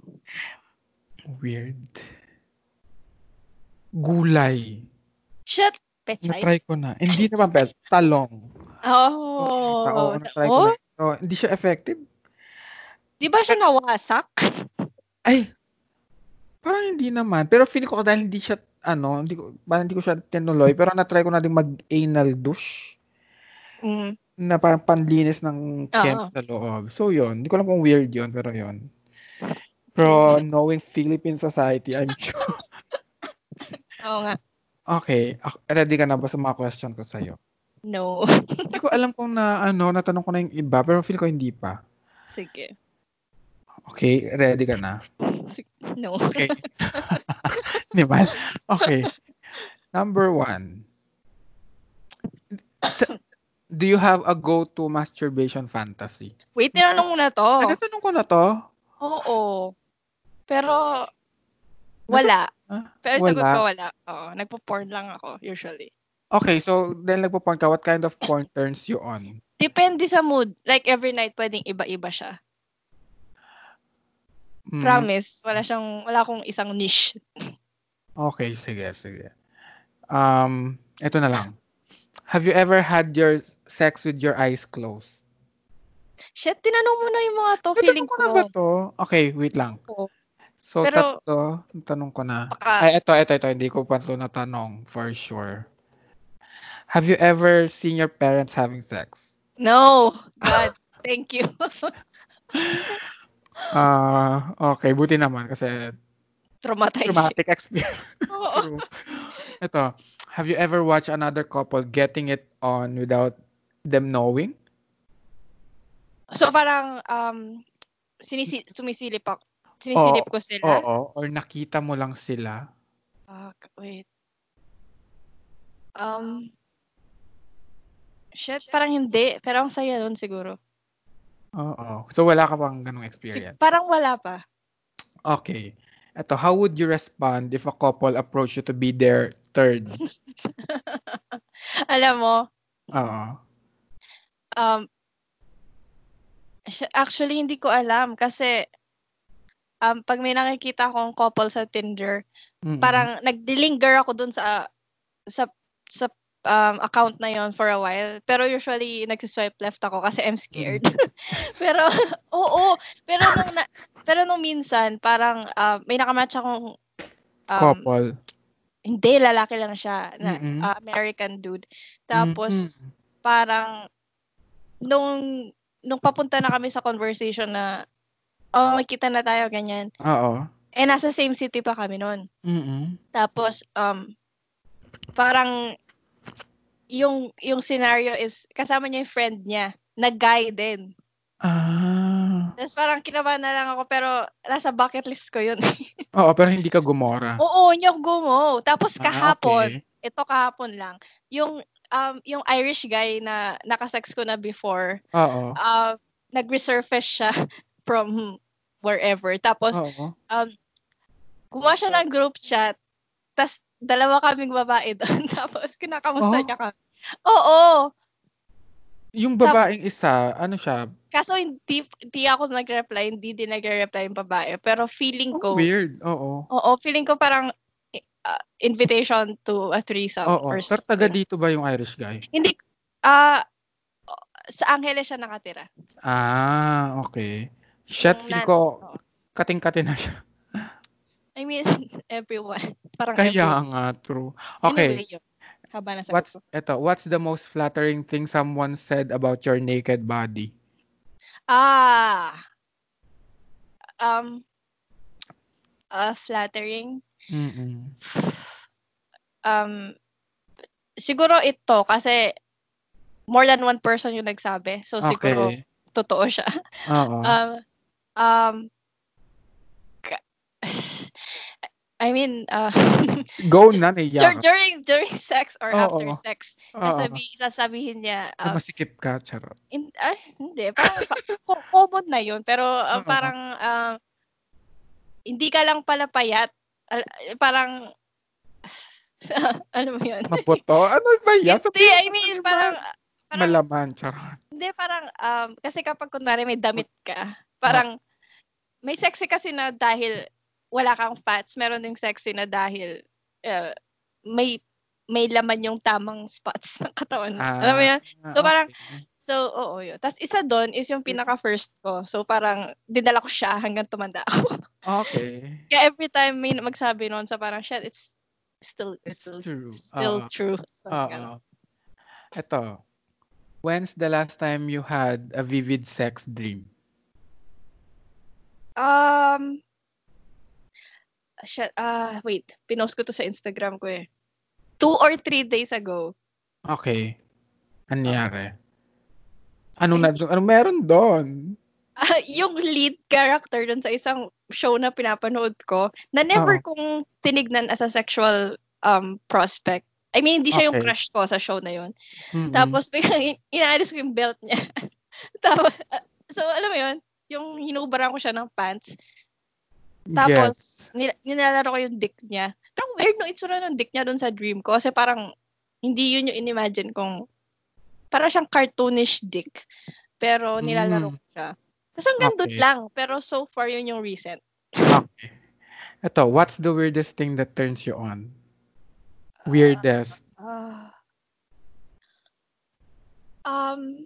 [SPEAKER 1] Weird. Gulay.
[SPEAKER 2] Shit, pechay.
[SPEAKER 1] Na-try ko na. Hindi naman pet. Talong.
[SPEAKER 2] Oh.
[SPEAKER 1] Oo, na-try ko
[SPEAKER 2] oh,
[SPEAKER 1] na. Pero hindi siya effective.
[SPEAKER 2] di ba siya nawasak?
[SPEAKER 1] Ay! Parang hindi naman. Pero feeling ko dahil hindi siya, ano, hindi ko, parang hindi ko siya tinuloy. Pero na-try ko na din mag-anal douche.
[SPEAKER 2] Mm.
[SPEAKER 1] na parang panlinis ng camp
[SPEAKER 2] Oo.
[SPEAKER 1] sa loob. So, yun. Hindi ko alam kung weird yun, pero yun. Pero, knowing Philippine society, I'm sure.
[SPEAKER 2] Oo nga.
[SPEAKER 1] Okay. ak- Ready ka na ba sa mga question ko sa'yo?
[SPEAKER 2] No.
[SPEAKER 1] Hindi ko alam kung na, ano, natanong ko na yung iba, pero feel ko hindi pa.
[SPEAKER 2] Sige.
[SPEAKER 1] Okay, ready ka na.
[SPEAKER 2] Sige. No.
[SPEAKER 1] Okay. Di ba? Okay. Number one. T- Do you have a go-to masturbation fantasy?
[SPEAKER 2] Wait, tinanong mo na to.
[SPEAKER 1] Ay, natanong ko na to.
[SPEAKER 2] Oo. Pero, wala.
[SPEAKER 1] Ah,
[SPEAKER 2] Pero sagot
[SPEAKER 1] wala.
[SPEAKER 2] ko wala. Oo, nagpo-porn lang ako, usually.
[SPEAKER 1] Okay, so dahil nagpo-porn ka, what kind of porn turns you on?
[SPEAKER 2] Depende sa mood. Like, every night, pwedeng iba-iba siya.
[SPEAKER 1] Mm-hmm. Mm,
[SPEAKER 2] Promise. Wala siyang, wala akong isang niche.
[SPEAKER 1] Okay, sige, sige. Um, ito na lang. Have you ever had your sex with your eyes closed?
[SPEAKER 2] Shit, tinanong mo na yung mga to.
[SPEAKER 1] Natanong
[SPEAKER 2] Oh, Feeling
[SPEAKER 1] ko
[SPEAKER 2] ko.
[SPEAKER 1] na ba to? Okay, wait lang.
[SPEAKER 2] Oo.
[SPEAKER 1] So,
[SPEAKER 2] Pero-
[SPEAKER 1] tatlo, tanong ko na.
[SPEAKER 2] Baka,
[SPEAKER 1] Ay, ito, ito, ito. Hindi ko pa ito natanong for sure. Have you ever seen your parents having sex?
[SPEAKER 2] no. God, thank you.
[SPEAKER 1] Ah, okay, buti naman kasi
[SPEAKER 2] Traumatizing.
[SPEAKER 1] traumatic experience.
[SPEAKER 2] Oo.
[SPEAKER 1] True. Ito, have you ever watched another couple getting it on without them knowing?
[SPEAKER 2] So parang um sinisi sumisilip ako. Sinisilip ko sila.
[SPEAKER 1] Oo, or nakita mo lang sila?
[SPEAKER 2] Fuck, wait. Um Shit, parang hindi. Pero ang saya nun siguro.
[SPEAKER 1] Oo. So wala ka pang ganong
[SPEAKER 2] Sig-
[SPEAKER 1] experience.
[SPEAKER 2] parang wala pa.
[SPEAKER 1] Okay. Ito, how would you respond if a couple approached you to be their third?
[SPEAKER 2] Alam mo,
[SPEAKER 1] Oo.
[SPEAKER 2] um, shit, actually hindi ko alam kasi um, pag may nakikita akong couple sa Tinder,
[SPEAKER 1] Mm-mm.
[SPEAKER 2] parang nagdilinger ako dun sa sa sa um, account na yon for a while. Pero usually nagsi-swipe left ako kasi I'm scared. pero oo, pero nung na, pero nung minsan parang um, may nakamatch akong um,
[SPEAKER 1] couple.
[SPEAKER 2] hindi lalaki lang siya na
[SPEAKER 1] Mm-mm.
[SPEAKER 2] uh, American dude. Tapos
[SPEAKER 1] Mm-mm.
[SPEAKER 2] parang nung nung papunta na kami sa conversation na oh, magkita na tayo ganyan.
[SPEAKER 1] Oo.
[SPEAKER 2] Eh nasa same city pa kami noon.
[SPEAKER 1] Mm-mm.
[SPEAKER 2] Tapos, um, parang yung yung scenario is kasama niya yung friend niya na guy din.
[SPEAKER 1] Ah.
[SPEAKER 2] Tapos parang kinabahan na lang ako pero nasa bucket list ko yun.
[SPEAKER 1] Oo, pero hindi ka gumora.
[SPEAKER 2] Oo, nyok gumo. Tapos
[SPEAKER 1] Ah,
[SPEAKER 2] kahapon,
[SPEAKER 1] okay.
[SPEAKER 2] ito kahapon lang, yung um yung Irish guy na nakasex ko na before,
[SPEAKER 1] Oo.
[SPEAKER 2] uh, nag-resurface siya from wherever. Tapos
[SPEAKER 1] Oo.
[SPEAKER 2] gumawa siya ng group chat. Tapos, dalawa kaming babae doon. Tapos, kinakamusta
[SPEAKER 1] Oh?
[SPEAKER 2] niya kami. Oo.
[SPEAKER 1] Yung babaeng isa, ano siya?
[SPEAKER 2] Kaso, hindi, hindi ako nag-reply. Hindi din nag-reply yung babae. Pero feeling
[SPEAKER 1] Oh,
[SPEAKER 2] ko,
[SPEAKER 1] weird. Oo.
[SPEAKER 2] oo, feeling ko parang uh, invitation to a threesome
[SPEAKER 1] Oo.
[SPEAKER 2] or
[SPEAKER 1] Pero taga
[SPEAKER 2] something.
[SPEAKER 1] dito ba yung Irish guy?
[SPEAKER 2] Hindi, ah, sa Angeles siya nakatira.
[SPEAKER 1] Ah, okay. Shit,
[SPEAKER 2] Yung
[SPEAKER 1] feel
[SPEAKER 2] nan-
[SPEAKER 1] ko
[SPEAKER 2] oo.
[SPEAKER 1] kating-kate na siya.
[SPEAKER 2] I mean, everyone. Parang
[SPEAKER 1] Kaya nga, true.
[SPEAKER 2] everyone.
[SPEAKER 1] Okay,
[SPEAKER 2] Anyway, yun. Haba na sa
[SPEAKER 1] what's eto, what's the most flattering thing someone said about your naked body?
[SPEAKER 2] Ah. Um uh flattering.
[SPEAKER 1] Mm-mm.
[SPEAKER 2] Um siguro ito kasi more than one person yung nagsabi. So siguro
[SPEAKER 1] Okay.
[SPEAKER 2] totoo siya.
[SPEAKER 1] Oo.
[SPEAKER 2] Um um ka- I mean, uh,
[SPEAKER 1] Go na, naiyak.
[SPEAKER 2] dur- during during sex or
[SPEAKER 1] Oo.
[SPEAKER 2] after sex,
[SPEAKER 1] Oo.
[SPEAKER 2] sasabi, sasabihin niya,
[SPEAKER 1] Ah,
[SPEAKER 2] um,
[SPEAKER 1] masikip ka, charot.
[SPEAKER 2] In, ay, hindi. Parang, pa, co- common na yun. Pero uh,
[SPEAKER 1] Oo.
[SPEAKER 2] parang, uh, hindi ka lang pala payat. Al- parang, alam mo yun?
[SPEAKER 1] Maputo? Ano ba yan?
[SPEAKER 2] hindi,
[SPEAKER 1] Sabihin
[SPEAKER 2] I
[SPEAKER 1] mo
[SPEAKER 2] mean,
[SPEAKER 1] naman,
[SPEAKER 2] parang, eh, parang
[SPEAKER 1] Malaman, charot.
[SPEAKER 2] hindi, parang, um, kasi kapag kunwari may damit ka, parang, may sexy kasi na dahil wala kang fats, meron ding sexy na dahil uh, may may laman yung tamang spots ng katawan. mo.
[SPEAKER 1] Ah.
[SPEAKER 2] Alam mo yun? So, parang-
[SPEAKER 1] Okay.
[SPEAKER 2] So, oo, yun. Tapos isa doon is
[SPEAKER 1] Mm.
[SPEAKER 2] yung pinaka-first ko. So, parang dinala ko siya hanggang tumanda ako.
[SPEAKER 1] Okay.
[SPEAKER 2] Kaya every time may magsabi noon, so parang, shit, it's still,
[SPEAKER 1] It's
[SPEAKER 2] still,
[SPEAKER 1] true. Ah.
[SPEAKER 2] still
[SPEAKER 1] Oo.
[SPEAKER 2] true. So, ganun.
[SPEAKER 1] Oo. Eto. When's the last time you had a vivid sex dream?
[SPEAKER 2] um, shit, ah, wait. Pinost ko to sa Instagram ko eh. Two or three days ago.
[SPEAKER 1] Okay. Anyari? Anong, na, anong meron doon?
[SPEAKER 2] Ah, yung lead character dun sa isang show na pinapanood ko, na never kong tinignan as a sexual um prospect. I mean, hindi siya yung
[SPEAKER 1] Okay.
[SPEAKER 2] crush ko sa show na yun.
[SPEAKER 1] Mm-mm.
[SPEAKER 2] Tapos biglang in- inaalis ko yung belt niya. Tapos, ah, so alam mo yun, yung hinubaran ko siya ng pants,
[SPEAKER 1] Yes.
[SPEAKER 2] tapos- nil- nilalaro ko yung dick niya. Parang weird no itsura ng dick niya doon sa dream ko kasi parang hindi yun yung inimagine kong parang siyang cartoonish dick. Pero nilalaro
[SPEAKER 1] Mm.
[SPEAKER 2] ko siya. Tapos hanggang doon
[SPEAKER 1] Okay.
[SPEAKER 2] lang. Pero so far yun yung recent.
[SPEAKER 1] Okay. Eto, what's the weirdest thing that turns you on? Weirdest.
[SPEAKER 2] Ah. um,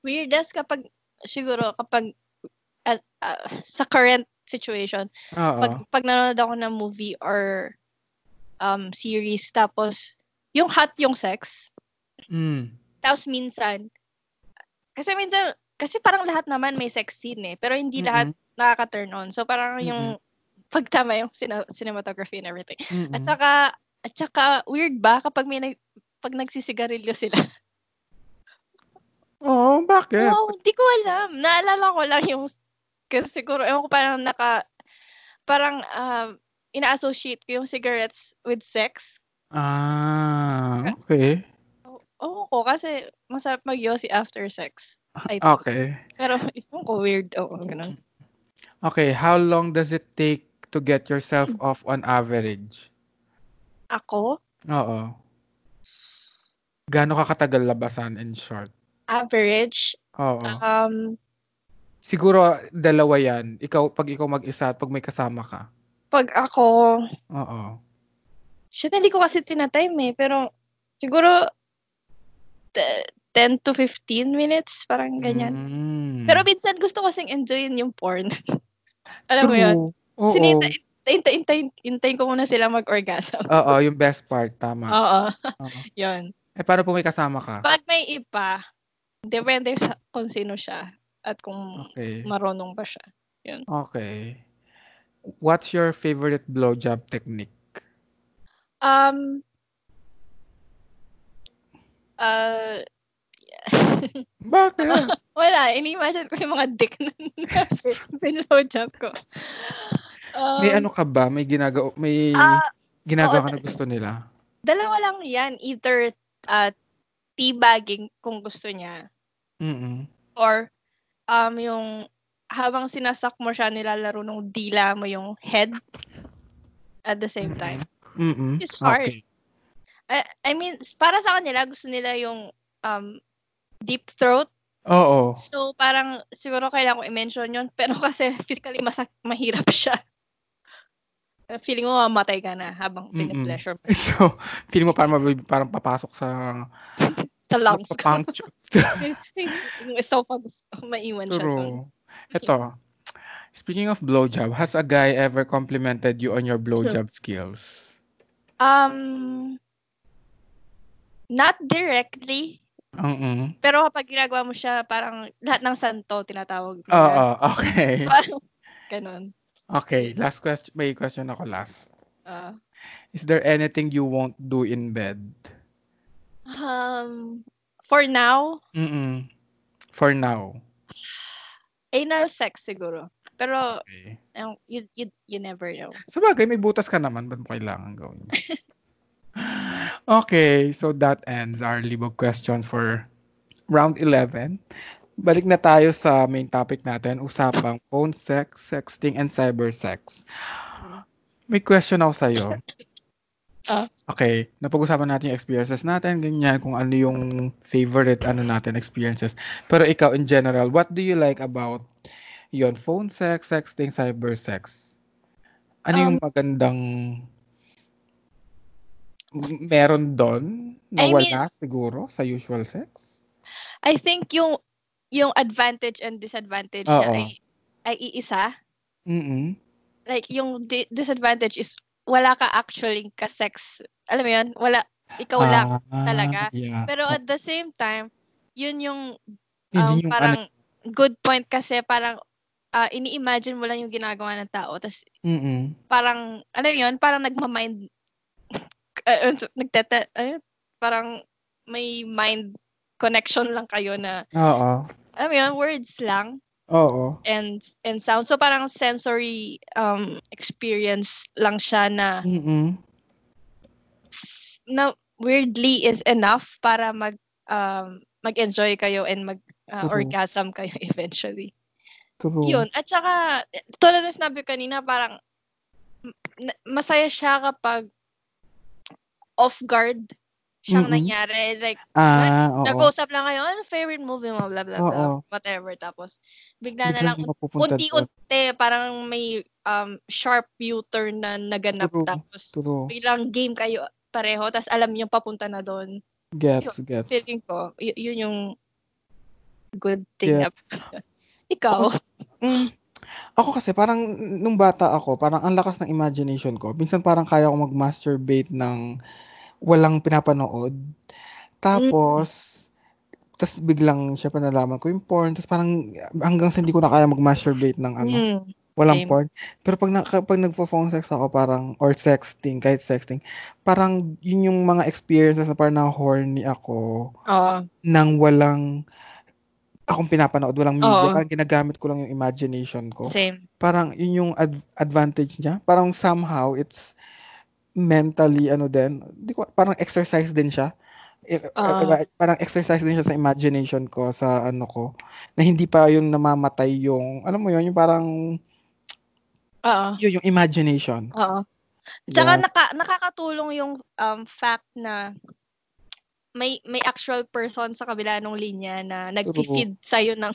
[SPEAKER 2] weirdest kapag, siguro, kapag, ah, ah, sa current situation, pag,
[SPEAKER 1] Oo.
[SPEAKER 2] pag nanonood ako ng movie or um, series, tapos, yung hot yung sex,
[SPEAKER 1] Mm.
[SPEAKER 2] tapos minsan, kasi minsan, kasi parang lahat naman may sex scene eh, pero hindi lahat nakaka-turn on. So, parang yung, pagtama yung cine- cinematography and everything.
[SPEAKER 1] Mm-mm.
[SPEAKER 2] At saka, at saka, weird ba kapag may nag, pag nagsisigarilyo sila?
[SPEAKER 1] Oo, bakit?
[SPEAKER 2] Wow, di ko alam. Naalala ko lang yung, kasi siguro, ewan ko parang naka, parang um, ina-associate ko yung cigarettes with sex.
[SPEAKER 1] Ah, okay.
[SPEAKER 2] Oo ko, kasi masarap mag after sex. I think.
[SPEAKER 1] Okay.
[SPEAKER 2] Pero, ewan ko, weird. Oo, ganun.
[SPEAKER 1] Okay, how long does it take to get yourself
[SPEAKER 2] Hmm.
[SPEAKER 1] off on average?
[SPEAKER 2] Ako,
[SPEAKER 1] Oo. Gaano ka katagal labasan in short?
[SPEAKER 2] average,
[SPEAKER 1] Oo.
[SPEAKER 2] um,
[SPEAKER 1] Siguro dalawa yan. Ikaw, pag ikaw mag-isa at pag may kasama ka.
[SPEAKER 2] pag ako,
[SPEAKER 1] Oo.
[SPEAKER 2] shit, hindi ko kasi tinatime eh, pero, siguro, te- 10 to 15 minutes, parang ganyan.
[SPEAKER 1] Mm.
[SPEAKER 2] Pero minsan gusto ko kasing enjoyin yung porn. Alam mo
[SPEAKER 1] True.
[SPEAKER 2] yun?
[SPEAKER 1] Oo.
[SPEAKER 2] Sinita, intay, intay, intayin ko muna sila mag-orgasm.
[SPEAKER 1] Oo, yung best part. Tama.
[SPEAKER 2] Oo,
[SPEAKER 1] Oo.
[SPEAKER 2] yun.
[SPEAKER 1] Eh, paano kung may kasama ka?
[SPEAKER 2] Pag may iba, depende sa kung sino siya at kung
[SPEAKER 1] Okay.
[SPEAKER 2] marunong ba siya.
[SPEAKER 1] Okay. What's your favorite blowjob technique?
[SPEAKER 2] Um, Uh,
[SPEAKER 1] Bakit?
[SPEAKER 2] wala, ini-imagine ko yung mga dick na pinlowjob ko. Um,
[SPEAKER 1] Eh. may ano ka ba? May ginagawa, may
[SPEAKER 2] ah,
[SPEAKER 1] ginagawa
[SPEAKER 2] oo,
[SPEAKER 1] ka na gusto nila?
[SPEAKER 2] dalawa lang yan. Either uh, teabagging kung gusto niya.
[SPEAKER 1] Mm-mm.
[SPEAKER 2] Or um, yung habang sinasak mo siya, nilalaro nung dila mo yung head at the same
[SPEAKER 1] Mm-hmm.
[SPEAKER 2] time.
[SPEAKER 1] Mm-mm.
[SPEAKER 2] It's hard.
[SPEAKER 1] Okay.
[SPEAKER 2] I, I mean, s- para sa kanila, gusto nila yung um, deep throat.
[SPEAKER 1] Oo.
[SPEAKER 2] So, parang siguro kailangan ko i-mention yun. Pero kasi physically, masak mahirap siya. Uh, Feeling mo mamatay ka na habang
[SPEAKER 1] Mm-mm.
[SPEAKER 2] pinipleasure mo
[SPEAKER 1] So, feeling mo parang, mabib- parang papasok sa
[SPEAKER 2] sa lungs ko.
[SPEAKER 1] puncture.
[SPEAKER 2] yung esophagus ko, maiwan siya. doon.
[SPEAKER 1] True. Ito. Speaking of blowjob, has a guy ever complimented you on your blowjob skills?
[SPEAKER 2] Um, not directly.
[SPEAKER 1] Mm-mm.
[SPEAKER 2] Pero kapag ginagawa mo siya, parang lahat ng santo tinatawag mo.
[SPEAKER 1] Oo, okay.
[SPEAKER 2] Parang ganun.
[SPEAKER 1] Okay, last question. May question ako last.
[SPEAKER 2] Ah.
[SPEAKER 1] Is there anything you won't do in bed?
[SPEAKER 2] Um, for now,
[SPEAKER 1] Mm-mm. For now.
[SPEAKER 2] anal sex siguro. Pero
[SPEAKER 1] Okay.
[SPEAKER 2] um, you, you, you never know.
[SPEAKER 1] Sa bagay, may butas ka naman. Ba't mo kailangan gawin? yun? okay, so that ends our libog question for round 11. Balik na tayo sa main topic natin, usapang phone sex, sexting, and cyber sex. May question ako sa'yo.
[SPEAKER 2] Ah.
[SPEAKER 1] Okay, napag-usapan natin yung experiences natin, ganyan, kung ano yung favorite ano natin experiences. Pero ikaw in general, what do you like about yon phone sex, sexting, cyber sex? Ano
[SPEAKER 2] Um,
[SPEAKER 1] yung magandang m- meron doon na
[SPEAKER 2] I mean-
[SPEAKER 1] wala siguro sa usual sex?
[SPEAKER 2] I think yung yung advantage and disadvantage niya
[SPEAKER 1] Oo.
[SPEAKER 2] ay, ay iisa.
[SPEAKER 1] Mm-mm.
[SPEAKER 2] Like yung di- disadvantage is wala ka actually ka-sex. Alam mo yun? Wala, ikaw lang.
[SPEAKER 1] Ah,
[SPEAKER 2] talaga.
[SPEAKER 1] yeah.
[SPEAKER 2] Pero at the same time, yun yung, um,
[SPEAKER 1] Hindi yung
[SPEAKER 2] parang
[SPEAKER 1] ano-
[SPEAKER 2] good point kasi parang ah, ini-imagine mo lang yung ginagawa ng tao. Tapos
[SPEAKER 1] Mm-mm.
[SPEAKER 2] parang, alam mo yun, parang nagmamind, uh, nagtete, ayun, parang may mind connection lang kayo na,
[SPEAKER 1] Oo.
[SPEAKER 2] alam mo yun, words lang
[SPEAKER 1] Oo.
[SPEAKER 2] and and sound. So parang sensory um, experience lang siya na,
[SPEAKER 1] Mm-mm.
[SPEAKER 2] na weirdly is enough para mag, um, mag-enjoy kayo and mag, uh,
[SPEAKER 1] True.
[SPEAKER 2] orgasm kayo eventually.
[SPEAKER 1] True.
[SPEAKER 2] Yun. At saka, tulad ng sinabi ko kanina, parang m- na- masaya siya kapag off guard siyang
[SPEAKER 1] Mm-mm.
[SPEAKER 2] nangyari. Like,
[SPEAKER 1] Ah, Mm-hmm. oo.
[SPEAKER 2] nag-usap lang kayo, ano favorite movie mo, blah, blah, blah,
[SPEAKER 1] Oo.
[SPEAKER 2] whatever. Tapos, bigla na
[SPEAKER 1] Biglang
[SPEAKER 2] lang,
[SPEAKER 1] mapupunta doon.
[SPEAKER 2] unti-unti, parang may um, sharp U-turn na naganap.
[SPEAKER 1] True.
[SPEAKER 2] Tapos,
[SPEAKER 1] True.
[SPEAKER 2] biglang game kayo pareho, tapos alam niyo papunta na doon.
[SPEAKER 1] Gets, gets.
[SPEAKER 2] Feeling ko, y- yun yung good thing.
[SPEAKER 1] Yes.
[SPEAKER 2] na- Ikaw.
[SPEAKER 1] Mm. Ako kasi parang nung bata ako, parang ang lakas ng imagination ko. Minsan parang kaya ko mag-masturbate ng walang pinapanood. Tapos tas biglang syempre nalaman ko yung porn. Tapos parang hanggang sa hindi ko na kaya mag-masturbate ng ano,
[SPEAKER 2] Mm.
[SPEAKER 1] walang
[SPEAKER 2] same.
[SPEAKER 1] porn. Pero pag, na, pag nagpo-phone sex ako parang or sexting, kahit sexting, parang yun yung mga experiences na parang horny ako
[SPEAKER 2] Oo.
[SPEAKER 1] nang walang akong pinapanood, walang media.
[SPEAKER 2] Oo.
[SPEAKER 1] Parang ginagamit ko lang yung imagination ko
[SPEAKER 2] Same.
[SPEAKER 1] parang yun yung ad- advantage niya. Parang somehow it's mentally ano din, di ko, parang exercise din siya. I-
[SPEAKER 2] Ah.
[SPEAKER 1] parang exercise din siya sa imagination ko, sa ano ko, na hindi pa yung namamatay yung, alam mo yun, yung parang,
[SPEAKER 2] Oo.
[SPEAKER 1] yun yung imagination.
[SPEAKER 2] Oo. Tsaka
[SPEAKER 1] Yeah.
[SPEAKER 2] naka, nakakatulong yung um, fact na may may actual person sa kabila ng linya na nag-feed sa'yo ng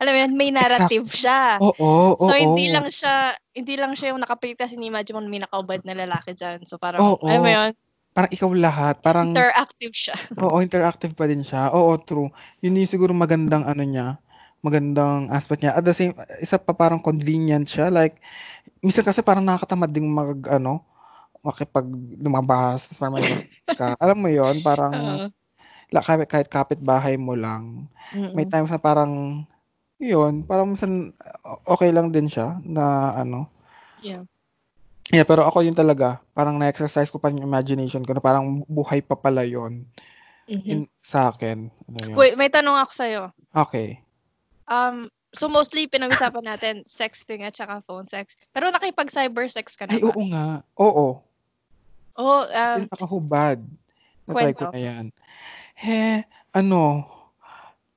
[SPEAKER 2] alam mo yun, may narrative siya.
[SPEAKER 1] Oo, oo,
[SPEAKER 2] so
[SPEAKER 1] oo.
[SPEAKER 2] hindi lang siya hindi lang siya yung nakapitas imagine mo may nakaubad na lalaki diyan. So parang
[SPEAKER 1] Oo.
[SPEAKER 2] alam mo yun,
[SPEAKER 1] Parang ikaw lahat. Parang,
[SPEAKER 2] interactive siya.
[SPEAKER 1] oo, interactive pa din siya. Oo, true. Yun yung siguro magandang ano niya, magandang aspect niya. At the same, isa pa parang convenient siya. Like, minsan kasi parang nakakatamad ding mag, ano, makipag lumabas, tapos parang may labas ka. Alam mo yon parang
[SPEAKER 2] Oo.
[SPEAKER 1] la, kahit, kahit kapitbahay mo lang.
[SPEAKER 2] Mm.
[SPEAKER 1] May times na parang, yun, parang minsan o- okay lang din siya na ano.
[SPEAKER 2] Yeah.
[SPEAKER 1] Yeah, pero ako yun talaga, parang na-exercise ko pa yung imagination ko na parang buhay pa pala yun. in, sa akin. Ano yun?
[SPEAKER 2] Wait, may tanong ako sa'yo.
[SPEAKER 1] Okay.
[SPEAKER 2] Um, so mostly pinag-usapan natin sexting at saka phone sex. Pero nakipag-cybersex ka na
[SPEAKER 1] Ay,
[SPEAKER 2] ba?
[SPEAKER 1] oo nga. Oo.
[SPEAKER 2] Oo, um,
[SPEAKER 1] Kasi nakahubad. Na-try ko
[SPEAKER 2] kwento.
[SPEAKER 1] na yan. He, ano,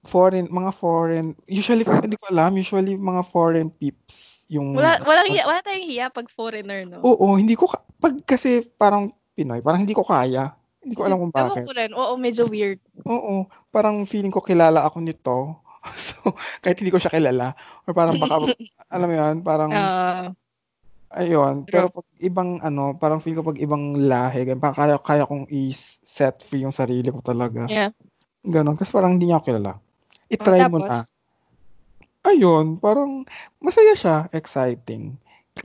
[SPEAKER 1] foreign, mga foreign, usually, hindi ko alam, usually mga foreign peeps yung...
[SPEAKER 2] wala, walang hiya, wala tayong hiya pag foreigner, no?
[SPEAKER 1] Oo, hindi ko, ka- pag kasi parang Pinoy, parang hindi ko kaya. Hindi ko alam kung bakit.
[SPEAKER 2] Ewan ko rin. Oo, medyo weird.
[SPEAKER 1] Oo, parang feeling ko kilala ako nito. So, kahit hindi ko siya kilala. Or parang baka, alam mo yun, parang,
[SPEAKER 2] Ah,
[SPEAKER 1] ayun. Pero pag ibang, ano, parang feel ko pag ibang lahi, ganun, parang kaya, kaya kong i-set free yung sarili ko talaga.
[SPEAKER 2] yeah.
[SPEAKER 1] Ganon. Kasi parang hindi niya ako kilala.
[SPEAKER 2] Oh,
[SPEAKER 1] I-try mo na.
[SPEAKER 2] tapos,
[SPEAKER 1] Ayun, parang masaya siya. Exciting.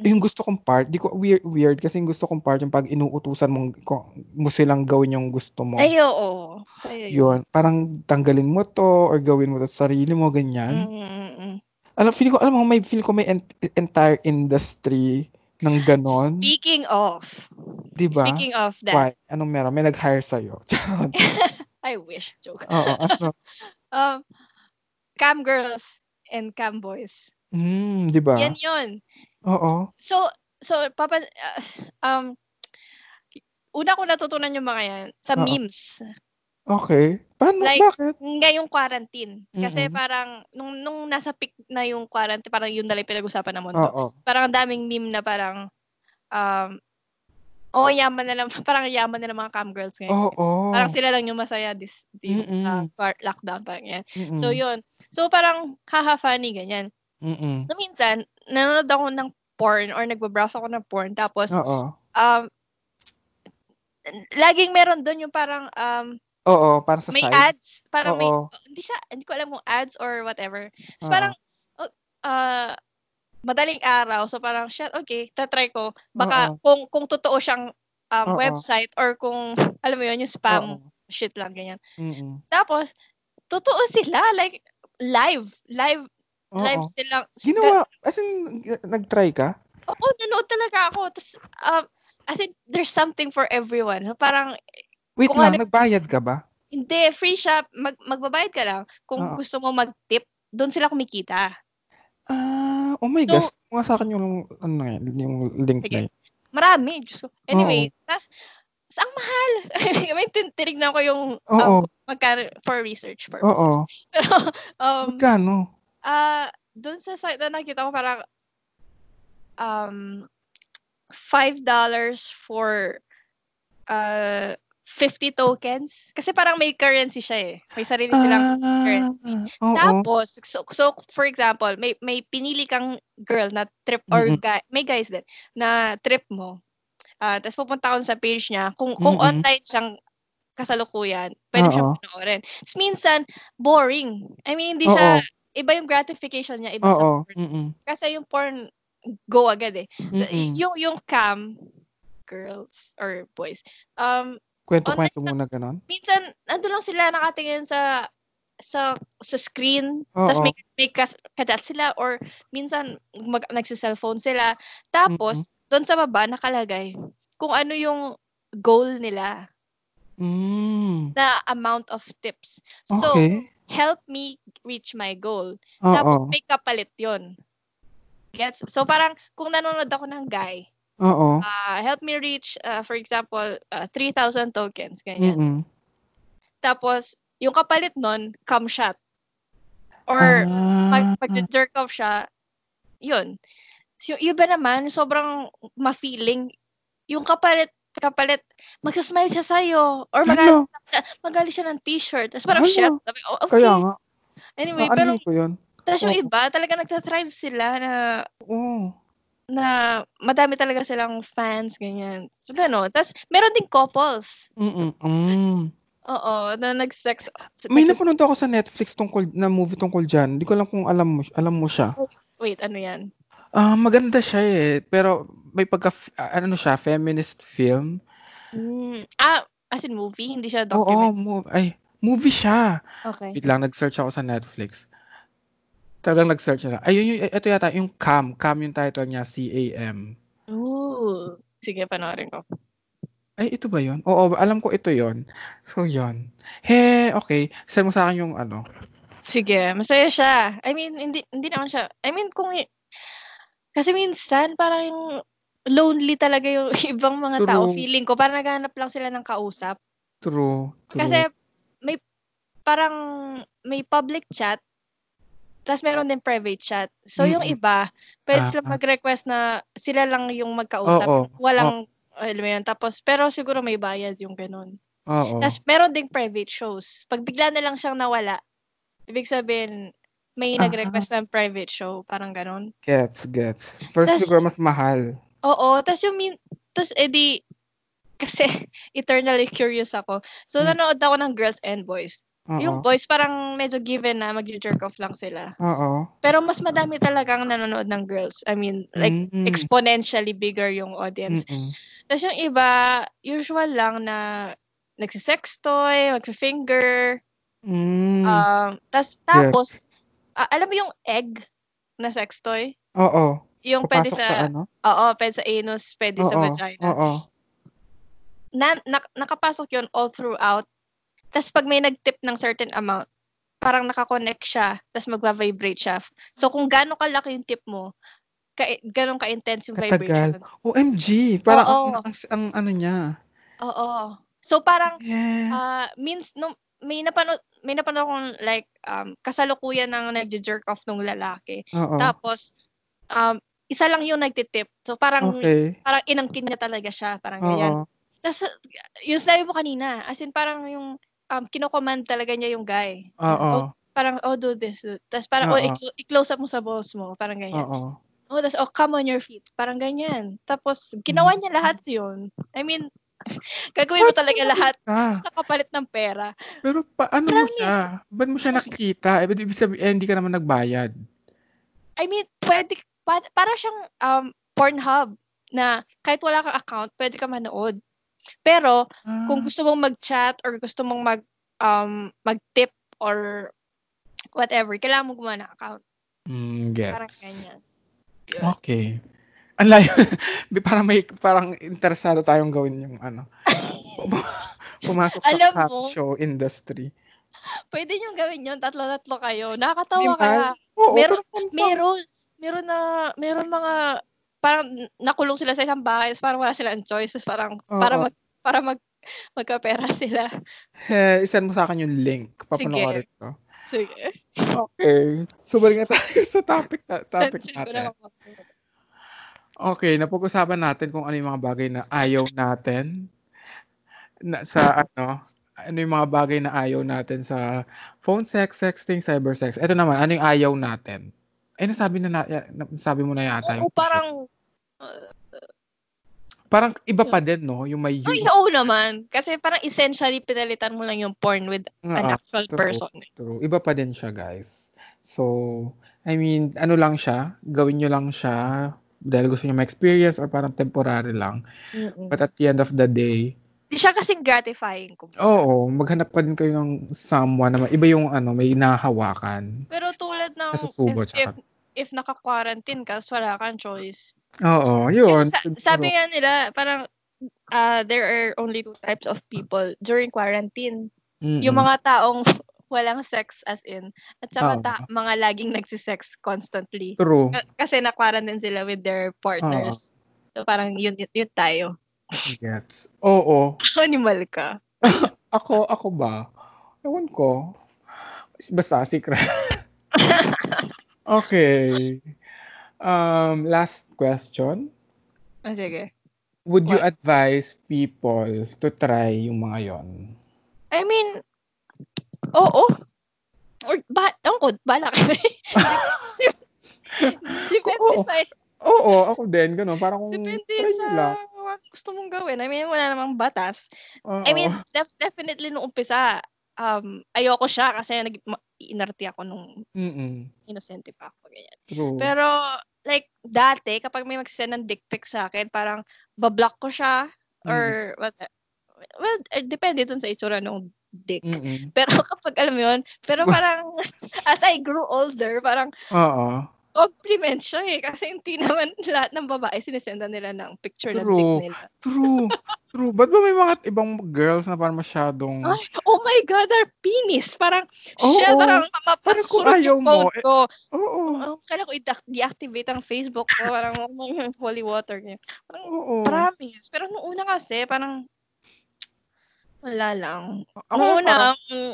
[SPEAKER 2] Mm.
[SPEAKER 1] Yung gusto kong part, di ko weird, weird kasi yung gusto kong part yung pag inuutusan mong, ko- mo silang gawin yung gusto mo.
[SPEAKER 2] Ay, oo. Sa'yo yun.
[SPEAKER 1] Yun. Parang tanggalin mo to or gawin mo to sa sarili mo, ganyan.
[SPEAKER 2] Mm, mm, mm.
[SPEAKER 1] Alam, feel ko, alam mo, may feel ko may ent- entire industry ng ganon.
[SPEAKER 2] Speaking of,
[SPEAKER 1] di ba?
[SPEAKER 2] speaking of that,
[SPEAKER 1] Diba? Why? Anong meron? May nag-hire sa'yo. Charot.
[SPEAKER 2] I wish, joke.
[SPEAKER 1] Oo. ano?
[SPEAKER 2] Um, cam girls and cam boys.
[SPEAKER 1] Mm, di ba?
[SPEAKER 2] Yan yun.
[SPEAKER 1] Oo.
[SPEAKER 2] So, so papa ah, um una ko natutunan yung mga yan sa
[SPEAKER 1] Oo.
[SPEAKER 2] memes
[SPEAKER 1] Okay. Paano?
[SPEAKER 2] Like,
[SPEAKER 1] bakit?
[SPEAKER 2] ngayong quarantine. Kasi
[SPEAKER 1] Mhm.
[SPEAKER 2] parang nung nung nasa peak na yung quarantine, parang yun na lang pinag-usapan ng mundo.
[SPEAKER 1] Oo.
[SPEAKER 2] Parang ang daming meme na parang um oh, yaman na lang, parang yaman na lang mga cam girls ngayon.
[SPEAKER 1] Oo.
[SPEAKER 2] Parang sila lang yung masaya this this
[SPEAKER 1] Mm-mm. Mm.
[SPEAKER 2] ah, par- lockdown parang yan.
[SPEAKER 1] Mm-mm.
[SPEAKER 2] So yun. So parang haha funny ganyan.
[SPEAKER 1] Mm-mm.
[SPEAKER 2] So minsan nanonood ako ng porn or nagbabrowse ako ng porn tapos
[SPEAKER 1] Oo.
[SPEAKER 2] um, laging meron doon yung parang um,
[SPEAKER 1] Oo, parang sa
[SPEAKER 2] may
[SPEAKER 1] side.
[SPEAKER 2] ads, parang may,
[SPEAKER 1] Oo. Ah.
[SPEAKER 2] hindi siya, hindi ko alam kung ads or whatever. So
[SPEAKER 1] Oo.
[SPEAKER 2] parang, oh, ah, madaling araw, so parang, shit, okay, tatry ko. Baka,
[SPEAKER 1] Oo.
[SPEAKER 2] kung, kung totoo siyang um,
[SPEAKER 1] Oo.
[SPEAKER 2] website or kung, alam mo yun, yung spam
[SPEAKER 1] Oo.
[SPEAKER 2] shit lang, ganyan.
[SPEAKER 1] Mm-mm.
[SPEAKER 2] Tapos, totoo sila, like, live, live, live
[SPEAKER 1] Oo.
[SPEAKER 2] silang.
[SPEAKER 1] Ginawa, as in, g- nag-try ka?
[SPEAKER 2] Oo, nanood talaga ako. Tapos, um, as in, there's something for everyone. So, parang,
[SPEAKER 1] Wait
[SPEAKER 2] Kung
[SPEAKER 1] lang,
[SPEAKER 2] ano-
[SPEAKER 1] nagbayad ka ba?
[SPEAKER 2] Hindi, free shop. Mag, magbabayad ka lang. Kung
[SPEAKER 1] Oo.
[SPEAKER 2] gusto mo mag-tip, doon sila kumikita.
[SPEAKER 1] Ah, oh my
[SPEAKER 2] So-
[SPEAKER 1] gosh. Mga sa akin yung, ano nga yun, yung link na
[SPEAKER 2] Sige.
[SPEAKER 1] yun.
[SPEAKER 2] Marami. Diyos ko. Anyway, tas, tas ang mahal. May tin- tinignan ko yung
[SPEAKER 1] Oo,
[SPEAKER 2] um, magkano for research purposes.
[SPEAKER 1] oo.
[SPEAKER 2] Pero, um,
[SPEAKER 1] Magkano?
[SPEAKER 2] ah doon sa site na nakita ko parang um, $5 for uh, 50 tokens. Kasi parang may currency siya eh. May sarili silang currency.
[SPEAKER 1] Ah. oo.
[SPEAKER 2] Tapos, so, so for example, may may pinili kang girl na trip or
[SPEAKER 1] Mm-mm.
[SPEAKER 2] guy, may guys din na trip mo. Ah, tapos pupunta ka sa page niya. Kung kung
[SPEAKER 1] Mm-mm.
[SPEAKER 2] online siyang kasalukuyan,
[SPEAKER 1] Oo.
[SPEAKER 2] pwede siyang panoorin. Tapos minsan boring. I mean,
[SPEAKER 1] Oo.
[SPEAKER 2] hindi siya iba yung gratification niya iba sa
[SPEAKER 1] Oo.
[SPEAKER 2] porn.
[SPEAKER 1] Mm-mm.
[SPEAKER 2] Kasi yung porn go agad eh.
[SPEAKER 1] Mm-mm.
[SPEAKER 2] Yung yung cam girls or boys. Um
[SPEAKER 1] Kwento-kwento muna ganon?
[SPEAKER 2] minsan andun lang sila nakatingin sa sa sa screen
[SPEAKER 1] Oo.
[SPEAKER 2] tapos may may kas, kachat sila or minsan mag nagse-cellphone sila tapos doon sa baba nakalagay kung ano yung goal nila
[SPEAKER 1] Mm.
[SPEAKER 2] na amount of tips so
[SPEAKER 1] Okay.
[SPEAKER 2] help me reach my goal
[SPEAKER 1] Oo.
[SPEAKER 2] tapos may kapalit yon gets so parang kung nanonood ako ng guy
[SPEAKER 1] Oo.
[SPEAKER 2] ah, help me reach ah, for example ah, 3000 tokens ganyan
[SPEAKER 1] Mm-mm.
[SPEAKER 2] Tapos, yung kapalit nun, cum shot. Or,
[SPEAKER 1] Ah.
[SPEAKER 2] pag, pag jerk off siya, yun. So, yung iba naman, sobrang ma-feeling. Yung kapalit, kapalit, magsasmile siya sa'yo. Or magali,
[SPEAKER 1] Hello.
[SPEAKER 2] magali siya ng t-shirt. Tapos parang,
[SPEAKER 1] Ano?
[SPEAKER 2] shit. Sabi, oh, okay.
[SPEAKER 1] Kaya nga. Ano?
[SPEAKER 2] anyway, eh, pero,
[SPEAKER 1] Naanin ko yun.
[SPEAKER 2] tapos yung
[SPEAKER 1] oo.
[SPEAKER 2] iba, talaga nagtatribe sila na,
[SPEAKER 1] Oo.
[SPEAKER 2] na madami talaga silang fans, ganyan. So, gano'n. Tapos, ano, meron ding couples.
[SPEAKER 1] Mm-mm. Mm.
[SPEAKER 2] Oo, na nag-sex.
[SPEAKER 1] May
[SPEAKER 2] nagsis-
[SPEAKER 1] napanood ako sa Netflix tungkol na movie tungkol dyan. Hindi ko alam kung alam mo, alam mo siya.
[SPEAKER 2] Wait, ano yan?
[SPEAKER 1] Ah, maganda siya eh, pero may pagka ah, ano siya, feminist film.
[SPEAKER 2] Mm. Ah, as in movie, hindi siya
[SPEAKER 1] Oo,
[SPEAKER 2] document.
[SPEAKER 1] mo ay movie siya.
[SPEAKER 2] Okay.
[SPEAKER 1] Wait lang, nag-search ako sa Netflix. Talagang nag-search na. Ayun, yung, ito yata, yung Cam. Cam yung title niya, C-A-M.
[SPEAKER 2] Ooh. Sige, panoorin ko.
[SPEAKER 1] Ay, ito ba yon? Oo, alam ko ito yon. So, yon. He, okay. Send mo sa akin yung ano.
[SPEAKER 2] Sige, masaya siya. I mean, hindi, hindi naman siya. I mean, kung... i- Kasi minsan, parang yung lonely talaga yung ibang mga tao.
[SPEAKER 1] True.
[SPEAKER 2] Feeling ko, parang naghanap lang sila ng kausap.
[SPEAKER 1] True. true.
[SPEAKER 2] Kasi may parang may public chat, tapos meron din private chat. So yung
[SPEAKER 1] Mm-mm.
[SPEAKER 2] iba, pwede sila
[SPEAKER 1] Ah.
[SPEAKER 2] mag-request na sila lang yung magkausap.
[SPEAKER 1] Oo,
[SPEAKER 2] Walang, oh, alam mo yun. Tapos, pero siguro may bayad yung ganun.
[SPEAKER 1] oo.
[SPEAKER 2] Tapos meron ding private shows. Pag bigla na lang siyang nawala, ibig sabihin, may
[SPEAKER 1] Ah.
[SPEAKER 2] nag-request ng private show. Parang ganun.
[SPEAKER 1] Gets, gets. First
[SPEAKER 2] Tas-
[SPEAKER 1] siguro mas mahal.
[SPEAKER 2] Oo, tapos yung min... Tapos edi, kasi eternally curious ako. So,
[SPEAKER 1] Mm.
[SPEAKER 2] nanood ako ng Girls and Boys.
[SPEAKER 1] Oo.
[SPEAKER 2] Yung boys parang medyo given na mag-jerk off lang sila.
[SPEAKER 1] Oo.
[SPEAKER 2] Pero mas madami talaga ang nanonood ng girls. I mean, like
[SPEAKER 1] Mm-mm.
[SPEAKER 2] exponentially bigger yung audience.
[SPEAKER 1] Mm-mm.
[SPEAKER 2] Tapos yung iba, usual lang na nagsisex toy, magfi-finger,
[SPEAKER 1] Mm.
[SPEAKER 2] um, tas, tapos, ah, alam mo yung egg na sex toy?
[SPEAKER 1] oo.
[SPEAKER 2] Yung pwede
[SPEAKER 1] Papasok
[SPEAKER 2] sa,
[SPEAKER 1] sa ano?
[SPEAKER 2] oo, pwede sa anus, pwede sa
[SPEAKER 1] Oo,
[SPEAKER 2] vagina.
[SPEAKER 1] Oo.
[SPEAKER 2] Na, nak- nakapasok yun all throughout. Tapos pag may nag-tip ng certain amount, parang nakakonect siya, tapos magva-vibrate siya. So kung gaano kalaki yung tip mo, ka ganun ka-intense yung
[SPEAKER 1] Katagal.
[SPEAKER 2] vibration.
[SPEAKER 1] OMG, parang
[SPEAKER 2] Oo.
[SPEAKER 1] ang, ang, ang ano niya.
[SPEAKER 2] Oo. So parang
[SPEAKER 1] Yeah.
[SPEAKER 2] ah means nung may napanood may napanood akong like um, kasalukuyan ng nagje-jerk off nung lalaki.
[SPEAKER 1] oo.
[SPEAKER 2] Ah, Tapos um, isa lang yung nagtitip. So parang
[SPEAKER 1] okay.
[SPEAKER 2] parang inangkin niya talaga siya, parang ganyan.
[SPEAKER 1] Oo.
[SPEAKER 2] Tapos yung sinabi mo kanina, as in parang yung um, kinokomand talaga niya yung guy.
[SPEAKER 1] Oo.
[SPEAKER 2] Oh, parang, oh, do this. do- Tapos parang,
[SPEAKER 1] Oo.
[SPEAKER 2] oh, i-clo- i-close up mo sa balls mo. Parang ganyan.
[SPEAKER 1] Oo.
[SPEAKER 2] Oh, tapos, oh, come on your feet. Parang ganyan. Tapos,
[SPEAKER 1] Mm-hmm.
[SPEAKER 2] ginawa niya lahat yun. I mean, gagawin mo talaga lahat
[SPEAKER 1] Ah,
[SPEAKER 2] sa kapalit ng pera.
[SPEAKER 1] pero paano mo siya? Ba't mo siya nakikita? Eh, ba't ibig sabihin, eh, hindi ka naman nagbayad.
[SPEAKER 2] I mean, pwede, pa, para siyang um, Pornhub na kahit wala kang account, pwede ka manood. Pero,
[SPEAKER 1] Ah,
[SPEAKER 2] kung gusto mong mag-chat or gusto mong mag, um, mag-tip or whatever, kailangan mo gumawa ng account.
[SPEAKER 1] mm, gets.
[SPEAKER 2] Parang ganyan. Yun.
[SPEAKER 1] Okay. Ang layo. parang may, parang interesado tayong gawin yung ano. Pumasok sa
[SPEAKER 2] Alam
[SPEAKER 1] cam
[SPEAKER 2] mo,
[SPEAKER 1] show industry.
[SPEAKER 2] Pwede niyong gawin yun, tatlo-tatlo kayo.
[SPEAKER 1] Di
[SPEAKER 2] Nakakatawa
[SPEAKER 1] ba?
[SPEAKER 2] kaya.
[SPEAKER 1] Oo,
[SPEAKER 2] Meron-
[SPEAKER 1] pero kung-
[SPEAKER 2] Meron, meron na, meron mga, parang nakulong sila sa isang bahay, tapos parang wala silang choice, tapos parang,
[SPEAKER 1] Oo.
[SPEAKER 2] para mag, para mag, magkapera sila.
[SPEAKER 1] Eh, isend mo sa akin yung link. Papanoorin ko.
[SPEAKER 2] Sige.
[SPEAKER 1] Okay. So, balik na tayo sa topic, na- topic
[SPEAKER 2] Tansin ko na ano.
[SPEAKER 1] natin.
[SPEAKER 2] ako.
[SPEAKER 1] Okay, napag-usapan natin kung ano yung mga bagay na ayaw natin na,
[SPEAKER 2] Hmm.
[SPEAKER 1] sa ano, ano yung mga bagay na ayaw natin sa phone sex, sexting, cyber sex. Ito naman, ano yung ayaw natin? Ay, nasabi, na, na, na- nasabi mo na yata.
[SPEAKER 2] Oo,
[SPEAKER 1] yung-
[SPEAKER 2] parang,
[SPEAKER 1] Parang iba pa din, no? Yung may
[SPEAKER 2] ay,
[SPEAKER 1] yun.
[SPEAKER 2] oo naman. Kasi parang essentially, pinalitan mo lang yung porn with an
[SPEAKER 1] Ah,
[SPEAKER 2] actual
[SPEAKER 1] totoo.
[SPEAKER 2] person.
[SPEAKER 1] True. Iba pa din siya, guys. So, I mean, ano lang siya, gawin nyo lang siya dahil gusto nyo ma-experience or parang temporary lang.
[SPEAKER 2] Hindi
[SPEAKER 1] But at the end of the day,
[SPEAKER 2] siya kasing gratifying. Kung
[SPEAKER 1] oo, maghanap pa din kayo ng someone na iba yung ano, may nahahawakan.
[SPEAKER 2] Pero tulad ng,
[SPEAKER 1] Nasusubot
[SPEAKER 2] if, if,
[SPEAKER 1] siya.
[SPEAKER 2] if naka-quarantine ka, tapos wala kang choice,
[SPEAKER 1] Oo, yun.
[SPEAKER 2] Sa- sabi nga nila, parang ah, there are only two types of people during quarantine.
[SPEAKER 1] Mm-mm.
[SPEAKER 2] Yung mga taong walang sex as in at saka
[SPEAKER 1] Oo.
[SPEAKER 2] ta- mga laging nagsisex constantly.
[SPEAKER 1] True.
[SPEAKER 2] Ka- kasi na-quarantine sila with their
[SPEAKER 1] Ah.
[SPEAKER 2] partners. So parang yun, yun, yun tayo.
[SPEAKER 1] Gets. Oo.
[SPEAKER 2] Animal ka.
[SPEAKER 1] Ako, ako ba? Ewan ko. Basta, secret. okay. Um, last question.
[SPEAKER 2] Ah, sige.
[SPEAKER 1] Would you
[SPEAKER 2] What?
[SPEAKER 1] advise people to try yung mga yon?
[SPEAKER 2] I mean, oo. Or, ba, ewan ko, bala kami. Depende
[SPEAKER 1] Oo.
[SPEAKER 2] sa,
[SPEAKER 1] Oo, ako din. Ganun. Parang kung
[SPEAKER 2] depende
[SPEAKER 1] try
[SPEAKER 2] sa
[SPEAKER 1] nyo lang.
[SPEAKER 2] gusto mong gawin. I mean, wala namang batas.
[SPEAKER 1] Oo.
[SPEAKER 2] I mean, def- definitely nung umpisa, um, ayoko siya kasi nag- ma- inarte ako nung
[SPEAKER 1] Mm-mm.
[SPEAKER 2] inosente pa ako. Ganyan.
[SPEAKER 1] True.
[SPEAKER 2] Pero, like, dati, kapag may magsisend ng dick pic sa akin, parang bablock ko siya
[SPEAKER 1] Mm.
[SPEAKER 2] or what Well, eh, depende dun sa itsura nung dick.
[SPEAKER 1] Mm-mm.
[SPEAKER 2] Pero kapag alam mo yun, pero parang as I grew older, parang
[SPEAKER 1] Oo.
[SPEAKER 2] compliment siya eh. Kasi hindi naman lahat ng babae sinisenda nila ng picture ng
[SPEAKER 1] True.
[SPEAKER 2] dick nila.
[SPEAKER 1] True. True. Ba't ba may mga ibang girls na parang masyadong...
[SPEAKER 2] Ay, oh my God, our penis. Parang,
[SPEAKER 1] Oo.
[SPEAKER 2] shit, parang
[SPEAKER 1] Parang kung
[SPEAKER 2] mapasurot
[SPEAKER 1] ayaw
[SPEAKER 2] yung
[SPEAKER 1] mo, eh.
[SPEAKER 2] phone ko.
[SPEAKER 1] Oo.
[SPEAKER 2] Oh, kailan ko i-deac- i-deactivate ang Facebook ko. Parang, mm, holy water. ganyan. Parang,
[SPEAKER 1] Oo.
[SPEAKER 2] promise. Pero nung una kasi, parang, wala lang.
[SPEAKER 1] Ako
[SPEAKER 2] nung
[SPEAKER 1] parang,
[SPEAKER 2] una, mm,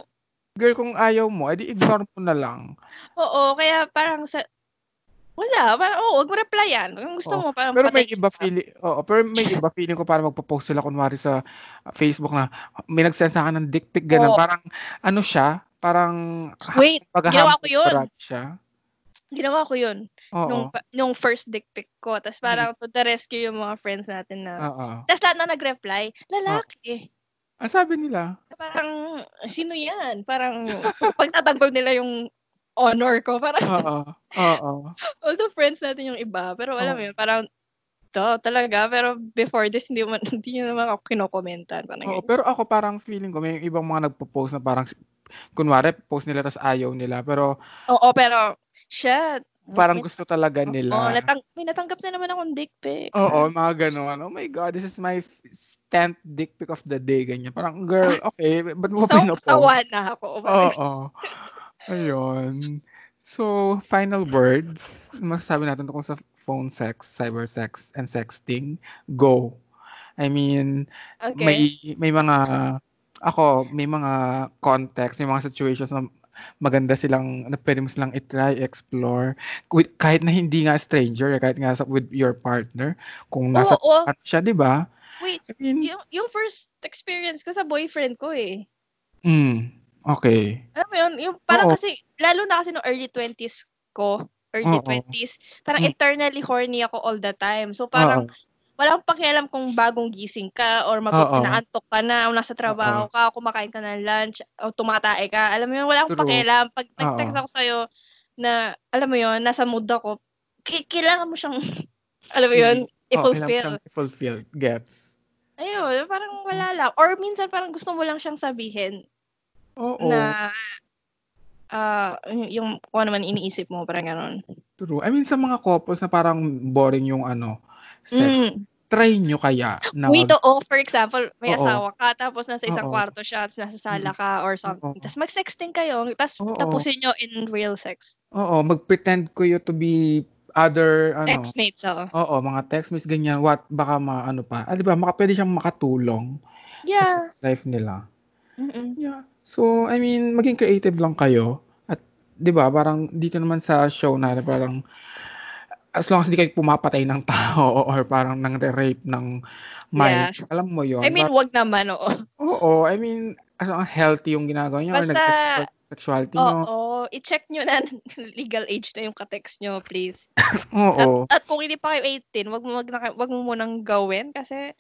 [SPEAKER 1] girl, kung ayaw mo, edi ignore mo na lang.
[SPEAKER 2] oo, kaya parang sa, wala, parang, oo, wag mo replyan. Kung gusto
[SPEAKER 1] Oo.
[SPEAKER 2] mo, parang
[SPEAKER 1] Pero may
[SPEAKER 2] patay
[SPEAKER 1] iba
[SPEAKER 2] ka.
[SPEAKER 1] feeling, oo, pero may iba feeling ko para magpo-post sila kunwari sa ah, Facebook na may nagsend sa akin ng dick pic ganun.
[SPEAKER 2] Oo.
[SPEAKER 1] Parang ano siya? Parang
[SPEAKER 2] Wait,
[SPEAKER 1] pag-
[SPEAKER 2] ginawa
[SPEAKER 1] humble
[SPEAKER 2] ko yun.
[SPEAKER 1] brag siya.
[SPEAKER 2] ginawa ko yun.
[SPEAKER 1] Oo. Mm-hmm.
[SPEAKER 2] nung, pa- nung first dick pic ko. Tapos parang to the rescue yung mga friends natin na.
[SPEAKER 1] Oo.
[SPEAKER 2] Tapos lahat na nag-reply, lalaki.
[SPEAKER 1] Ang sabi nila,
[SPEAKER 2] Parang, sino yan? Parang, pagtatanggol nila yung honor ko. Parang,
[SPEAKER 1] oo, oo,
[SPEAKER 2] all the friends natin yung iba. Pero alam mo
[SPEAKER 1] Oo.
[SPEAKER 2] yun, parang, to talaga. Pero before this, hindi, man, hindi nyo naman ako kinokomentan. Parang,
[SPEAKER 1] oo.
[SPEAKER 2] ganyan.
[SPEAKER 1] Pero ako parang feeling ko, may ibang mga nagpo-post na parang, kunwari, post nila tas ayaw nila. Pero
[SPEAKER 2] oo, pero, shit.
[SPEAKER 1] parang
[SPEAKER 2] May-
[SPEAKER 1] gusto talaga nila.
[SPEAKER 2] Oo, natang- may natanggap na naman akong dick pic.
[SPEAKER 1] Oo, mga ganun. Oh my God, this is my f- 10th dick pic of the day. Ganyan. Parang, girl, okay, ba't mo
[SPEAKER 2] So,
[SPEAKER 1] so, pinopost?
[SPEAKER 2] sawa na ako. Parang,
[SPEAKER 1] Oo. Ayun. So, final words. Masasabi natin tungkol sa phone sex, cyber sex, and sexting. Go. I mean,
[SPEAKER 2] okay.
[SPEAKER 1] may may mga ako may mga context, may mga situations na maganda silang na pwede mo silang i-try, explore with, kahit na hindi nga stranger, eh, kahit nga sa, with your partner kung nasa
[SPEAKER 2] oo, oo.
[SPEAKER 1] ano siya, 'di ba?
[SPEAKER 2] Wait,
[SPEAKER 1] I mean,
[SPEAKER 2] yung, yung first experience ko sa boyfriend ko eh.
[SPEAKER 1] mm, okay.
[SPEAKER 2] Alam mo yun, yung
[SPEAKER 1] Oo.
[SPEAKER 2] parang kasi, lalo na kasi no early 20s ko, early
[SPEAKER 1] Oo.
[SPEAKER 2] 20s, parang
[SPEAKER 1] Mm.
[SPEAKER 2] eternally horny ako all the time. So parang,
[SPEAKER 1] Oo.
[SPEAKER 2] wala akong pakialam kung bagong gising ka or mag-
[SPEAKER 1] Oo.
[SPEAKER 2] naantok ka na, o nasa trabaho ka, kumakain ka ng lunch, o tumatae ka. Alam mo yun, wala akong
[SPEAKER 1] True.
[SPEAKER 2] pakialam. Pag nag-text
[SPEAKER 1] Oo.
[SPEAKER 2] ako sa'yo na, alam mo yun, nasa mood ako, ki- kailangan mo siyang, alam mo yun,
[SPEAKER 1] Mm. Oo, kailangan
[SPEAKER 2] i-fulfill.
[SPEAKER 1] siyang Mm. i-fulfill. Gets.
[SPEAKER 2] Ayun, parang wala lang. Or minsan parang gusto mo lang siyang sabihin
[SPEAKER 1] Oo.
[SPEAKER 2] na ah y- yung kung ano man iniisip mo, parang gano'n.
[SPEAKER 1] True. I mean, sa mga couples na parang boring yung ano, sex,
[SPEAKER 2] Mm.
[SPEAKER 1] try nyo kaya na
[SPEAKER 2] Wait, oo. For example,
[SPEAKER 1] Oo.
[SPEAKER 2] may asawa ka, tapos nasa isang
[SPEAKER 1] Oo. Mm.
[SPEAKER 2] kwarto siya, tapos nasa sala ka or something.
[SPEAKER 1] Oo.
[SPEAKER 2] Tapos mag-sexting kayo, tapos
[SPEAKER 1] Oo.
[SPEAKER 2] tapusin nyo in real sex.
[SPEAKER 1] Oo, mag-pretend ko you to be other, ano.
[SPEAKER 2] Textmates, oo.
[SPEAKER 1] Oo, mga textmates, ganyan. What, baka ma, ano pa. Ah, di ba, maka, pwede siyang makatulong sa
[SPEAKER 2] Yeah.
[SPEAKER 1] sex life nila.
[SPEAKER 2] Mm-mm.
[SPEAKER 1] Yeah. So, I mean, maging creative lang kayo. At, di ba, parang dito naman sa show na, parang, as long as hindi kayo pumapatay ng tao or parang nang rape ng mind.
[SPEAKER 2] Yeah.
[SPEAKER 1] Alam mo yon
[SPEAKER 2] I mean, wag naman, oo.
[SPEAKER 1] Oo, I mean, as long as healthy yung ginagawa nyo or
[SPEAKER 2] Basta-
[SPEAKER 1] nag-explore sexuality nyo.
[SPEAKER 2] Oo, i-check nyo na legal age na yung katext nyo, please.
[SPEAKER 1] Oo.
[SPEAKER 2] At, at kung hindi pa kayo 18, wag mo wag, na, wag mo munang gawin kasi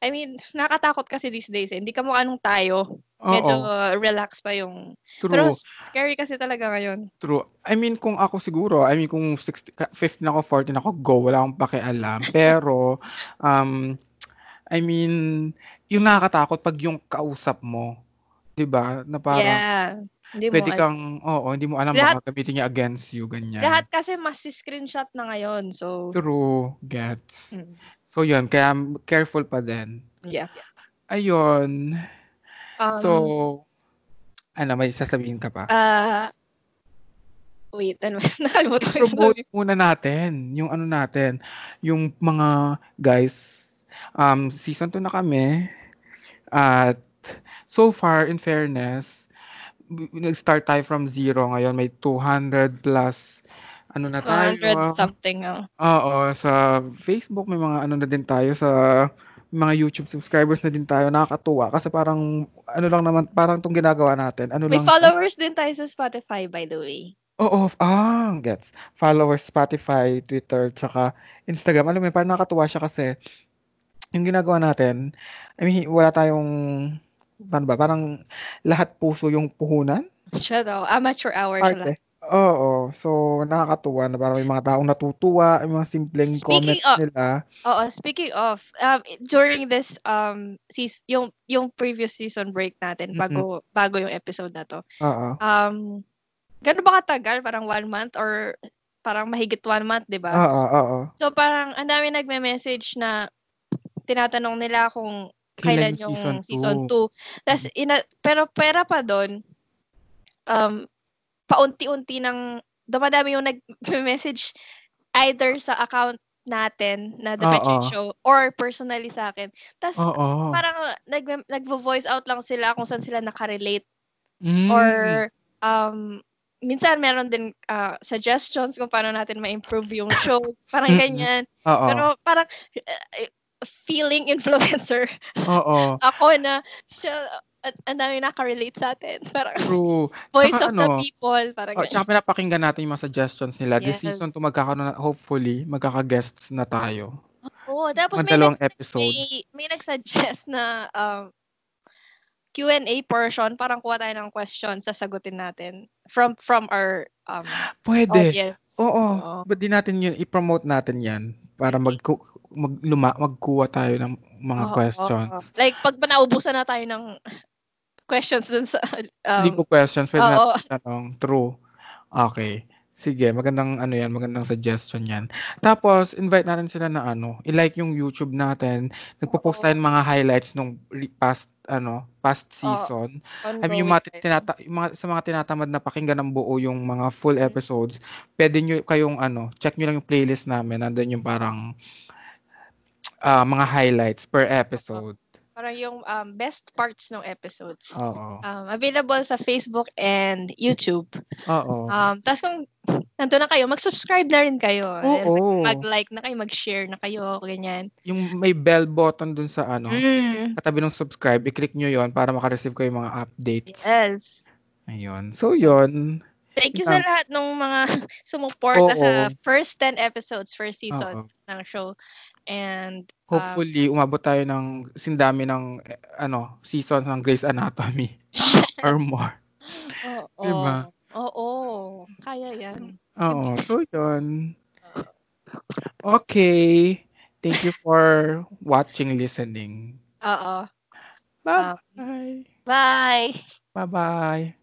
[SPEAKER 2] I mean, nakatakot kasi these days. Eh. Hindi ka mukha nung tayo. Medyo
[SPEAKER 1] Oo.
[SPEAKER 2] uh, relax pa yung...
[SPEAKER 1] True.
[SPEAKER 2] Pero scary kasi talaga ngayon.
[SPEAKER 1] True. I mean, kung ako siguro, I mean, kung 16, ka- 15 ako, 14 ako, go, wala akong pakialam. Pero, um, I mean, yung nakakatakot pag yung kausap mo, di ba, na parang,
[SPEAKER 2] yeah. Hindi mo,
[SPEAKER 1] pwede
[SPEAKER 2] al-
[SPEAKER 1] kang, oo, hindi mo alam
[SPEAKER 2] Lahat-
[SPEAKER 1] baka gamitin niya against you, ganyan.
[SPEAKER 2] Lahat kasi mas screenshot na ngayon. So,
[SPEAKER 1] True. Gets.
[SPEAKER 2] mm,
[SPEAKER 1] So, yun, kaya careful pa din.
[SPEAKER 2] yeah.
[SPEAKER 1] Ayun.
[SPEAKER 2] Um,
[SPEAKER 1] so, ano, may sasabihin ka pa?
[SPEAKER 2] ah, wait, ano? Nakalimutan ko yung
[SPEAKER 1] promote
[SPEAKER 2] sabi.
[SPEAKER 1] muna natin yung ano natin, yung mga guys. Um, season 2 na kami. At so far, in fairness, w- nag-start tayo from zero ngayon. May 200 plus ano na tayo. Ano
[SPEAKER 2] 200 something. Oh.
[SPEAKER 1] Oo, sa Facebook may mga ano na din tayo sa mga YouTube subscribers na din tayo. Nakakatuwa kasi parang ano lang naman, parang tong ginagawa natin. Ano
[SPEAKER 2] May
[SPEAKER 1] lang
[SPEAKER 2] followers din tayo sa Spotify, by the way.
[SPEAKER 1] Oo, f- ah, gets. Followers, Spotify, Twitter, tsaka Instagram. Alam mo, yun, parang nakakatuwa siya kasi yung ginagawa natin, I mean, wala tayong, paano ba, parang lahat puso yung puhunan?
[SPEAKER 2] Siya daw. Amateur hour siya lang.
[SPEAKER 1] Parte. Oo, so nakakatuwa na parang may mga taong natutuwa, may mga simpleng
[SPEAKER 2] Speaking
[SPEAKER 1] comments
[SPEAKER 2] of-
[SPEAKER 1] nila.
[SPEAKER 2] Oo, speaking of, um, during this um season, yung yung previous season break natin bago bago yung episode na to.
[SPEAKER 1] Oo.
[SPEAKER 2] Um gano'n ba katagal? Parang one month or parang mahigit one month, di ba?
[SPEAKER 1] Oo, oo.
[SPEAKER 2] So parang ang dami nagme-message na tinatanong nila kung
[SPEAKER 1] Kailan
[SPEAKER 2] kailan,
[SPEAKER 1] yung season
[SPEAKER 2] yung season
[SPEAKER 1] two? Mm.
[SPEAKER 2] 2. Tapos, ina- pero pera pa doon, um, paunti-unti ng, dumadami yung nag-message either sa account natin na The
[SPEAKER 1] Oo.
[SPEAKER 2] Patrick Show or personally sa akin. Tapos,
[SPEAKER 1] Oo.
[SPEAKER 2] parang nag- nag-voice out lang sila kung saan sila nakarelate
[SPEAKER 1] Mm.
[SPEAKER 2] or um, minsan meron din ah, suggestions kung paano natin ma-improve yung show. Parang
[SPEAKER 1] Mm-mm. Oh.
[SPEAKER 2] ganyan.
[SPEAKER 1] Oo.
[SPEAKER 2] Pero parang eh, feeling influencer
[SPEAKER 1] Oo.
[SPEAKER 2] ako na, siya, at ang dami nakarelate sa atin. Parang
[SPEAKER 1] True.
[SPEAKER 2] voice
[SPEAKER 1] Tsaka
[SPEAKER 2] of
[SPEAKER 1] ano,
[SPEAKER 2] the people. Parang
[SPEAKER 1] Oh,
[SPEAKER 2] ganyan.
[SPEAKER 1] tsaka pinapakinggan natin yung mga suggestions nila. This
[SPEAKER 2] Yes.
[SPEAKER 1] season 2 magkakaroon na, hopefully, magkaka-guests na tayo.
[SPEAKER 2] Oo, Oh, tapos
[SPEAKER 1] Mga
[SPEAKER 2] may,
[SPEAKER 1] dalawang
[SPEAKER 2] nag,
[SPEAKER 1] episodes.
[SPEAKER 2] may, may nagsuggest na um, Q&A portion, parang kuha tayo ng question, sasagutin natin from from our um,
[SPEAKER 1] Pwede.
[SPEAKER 2] audience.
[SPEAKER 1] Oo.
[SPEAKER 2] Oo.
[SPEAKER 1] Ba't di natin yun, i-promote natin yan para mag, mag, luma, magkuha tayo ng mga
[SPEAKER 2] Oo,
[SPEAKER 1] questions.
[SPEAKER 2] oo. Like, pag naubusan na tayo ng questions dun sa...
[SPEAKER 1] Hindi
[SPEAKER 2] Um,
[SPEAKER 1] po questions, pwede
[SPEAKER 2] oo.
[SPEAKER 1] natin tanong. True. Okay. Sige, magandang ano yan, magandang suggestion yan. Tapos, invite natin sila na ano, i-like yung YouTube natin. Nagpo-post
[SPEAKER 2] Oo.
[SPEAKER 1] tayo ng mga highlights nung re- past, ano, past
[SPEAKER 2] Oo.
[SPEAKER 1] season. I mean, yung mga, ti- tinata- yung mga, sa mga tinatamad na pakinggan ng buo yung mga full
[SPEAKER 2] Mm.
[SPEAKER 1] episodes, pwede nyo kayong ano, check nyo lang yung playlist namin. Nandun yung parang ah, mga highlights per episode.
[SPEAKER 2] parang yung um, best parts ng episodes.
[SPEAKER 1] Oo.
[SPEAKER 2] Um, available sa Facebook and YouTube.
[SPEAKER 1] Oo.
[SPEAKER 2] Um, Tapos kung nandun na kayo, mag-subscribe na rin kayo. And
[SPEAKER 1] Oo.
[SPEAKER 2] Mag-like na kayo, mag-share na kayo, ganyan.
[SPEAKER 1] Yung may bell button dun sa ano,
[SPEAKER 2] Mm.
[SPEAKER 1] katabi ng subscribe, i-click nyo yon para makareceive kayo yung mga updates.
[SPEAKER 2] Yes.
[SPEAKER 1] Ayun. So, yon
[SPEAKER 2] Thank you
[SPEAKER 1] Yeah.
[SPEAKER 2] sa lahat ng mga sumuporta sa first 10 episodes, first season ng show. And um,
[SPEAKER 1] Hopefully, umabot tayo ng sindami ng eh, ano, seasons ng Grey's Anatomy or more.
[SPEAKER 2] oo.
[SPEAKER 1] Diba?
[SPEAKER 2] Oo. Kaya yan.
[SPEAKER 1] Oo, so yun. Okay. Thank you for watching, listening.
[SPEAKER 2] Oo. Ah,
[SPEAKER 1] Bye-bye.
[SPEAKER 2] Bye!
[SPEAKER 1] Bye-bye.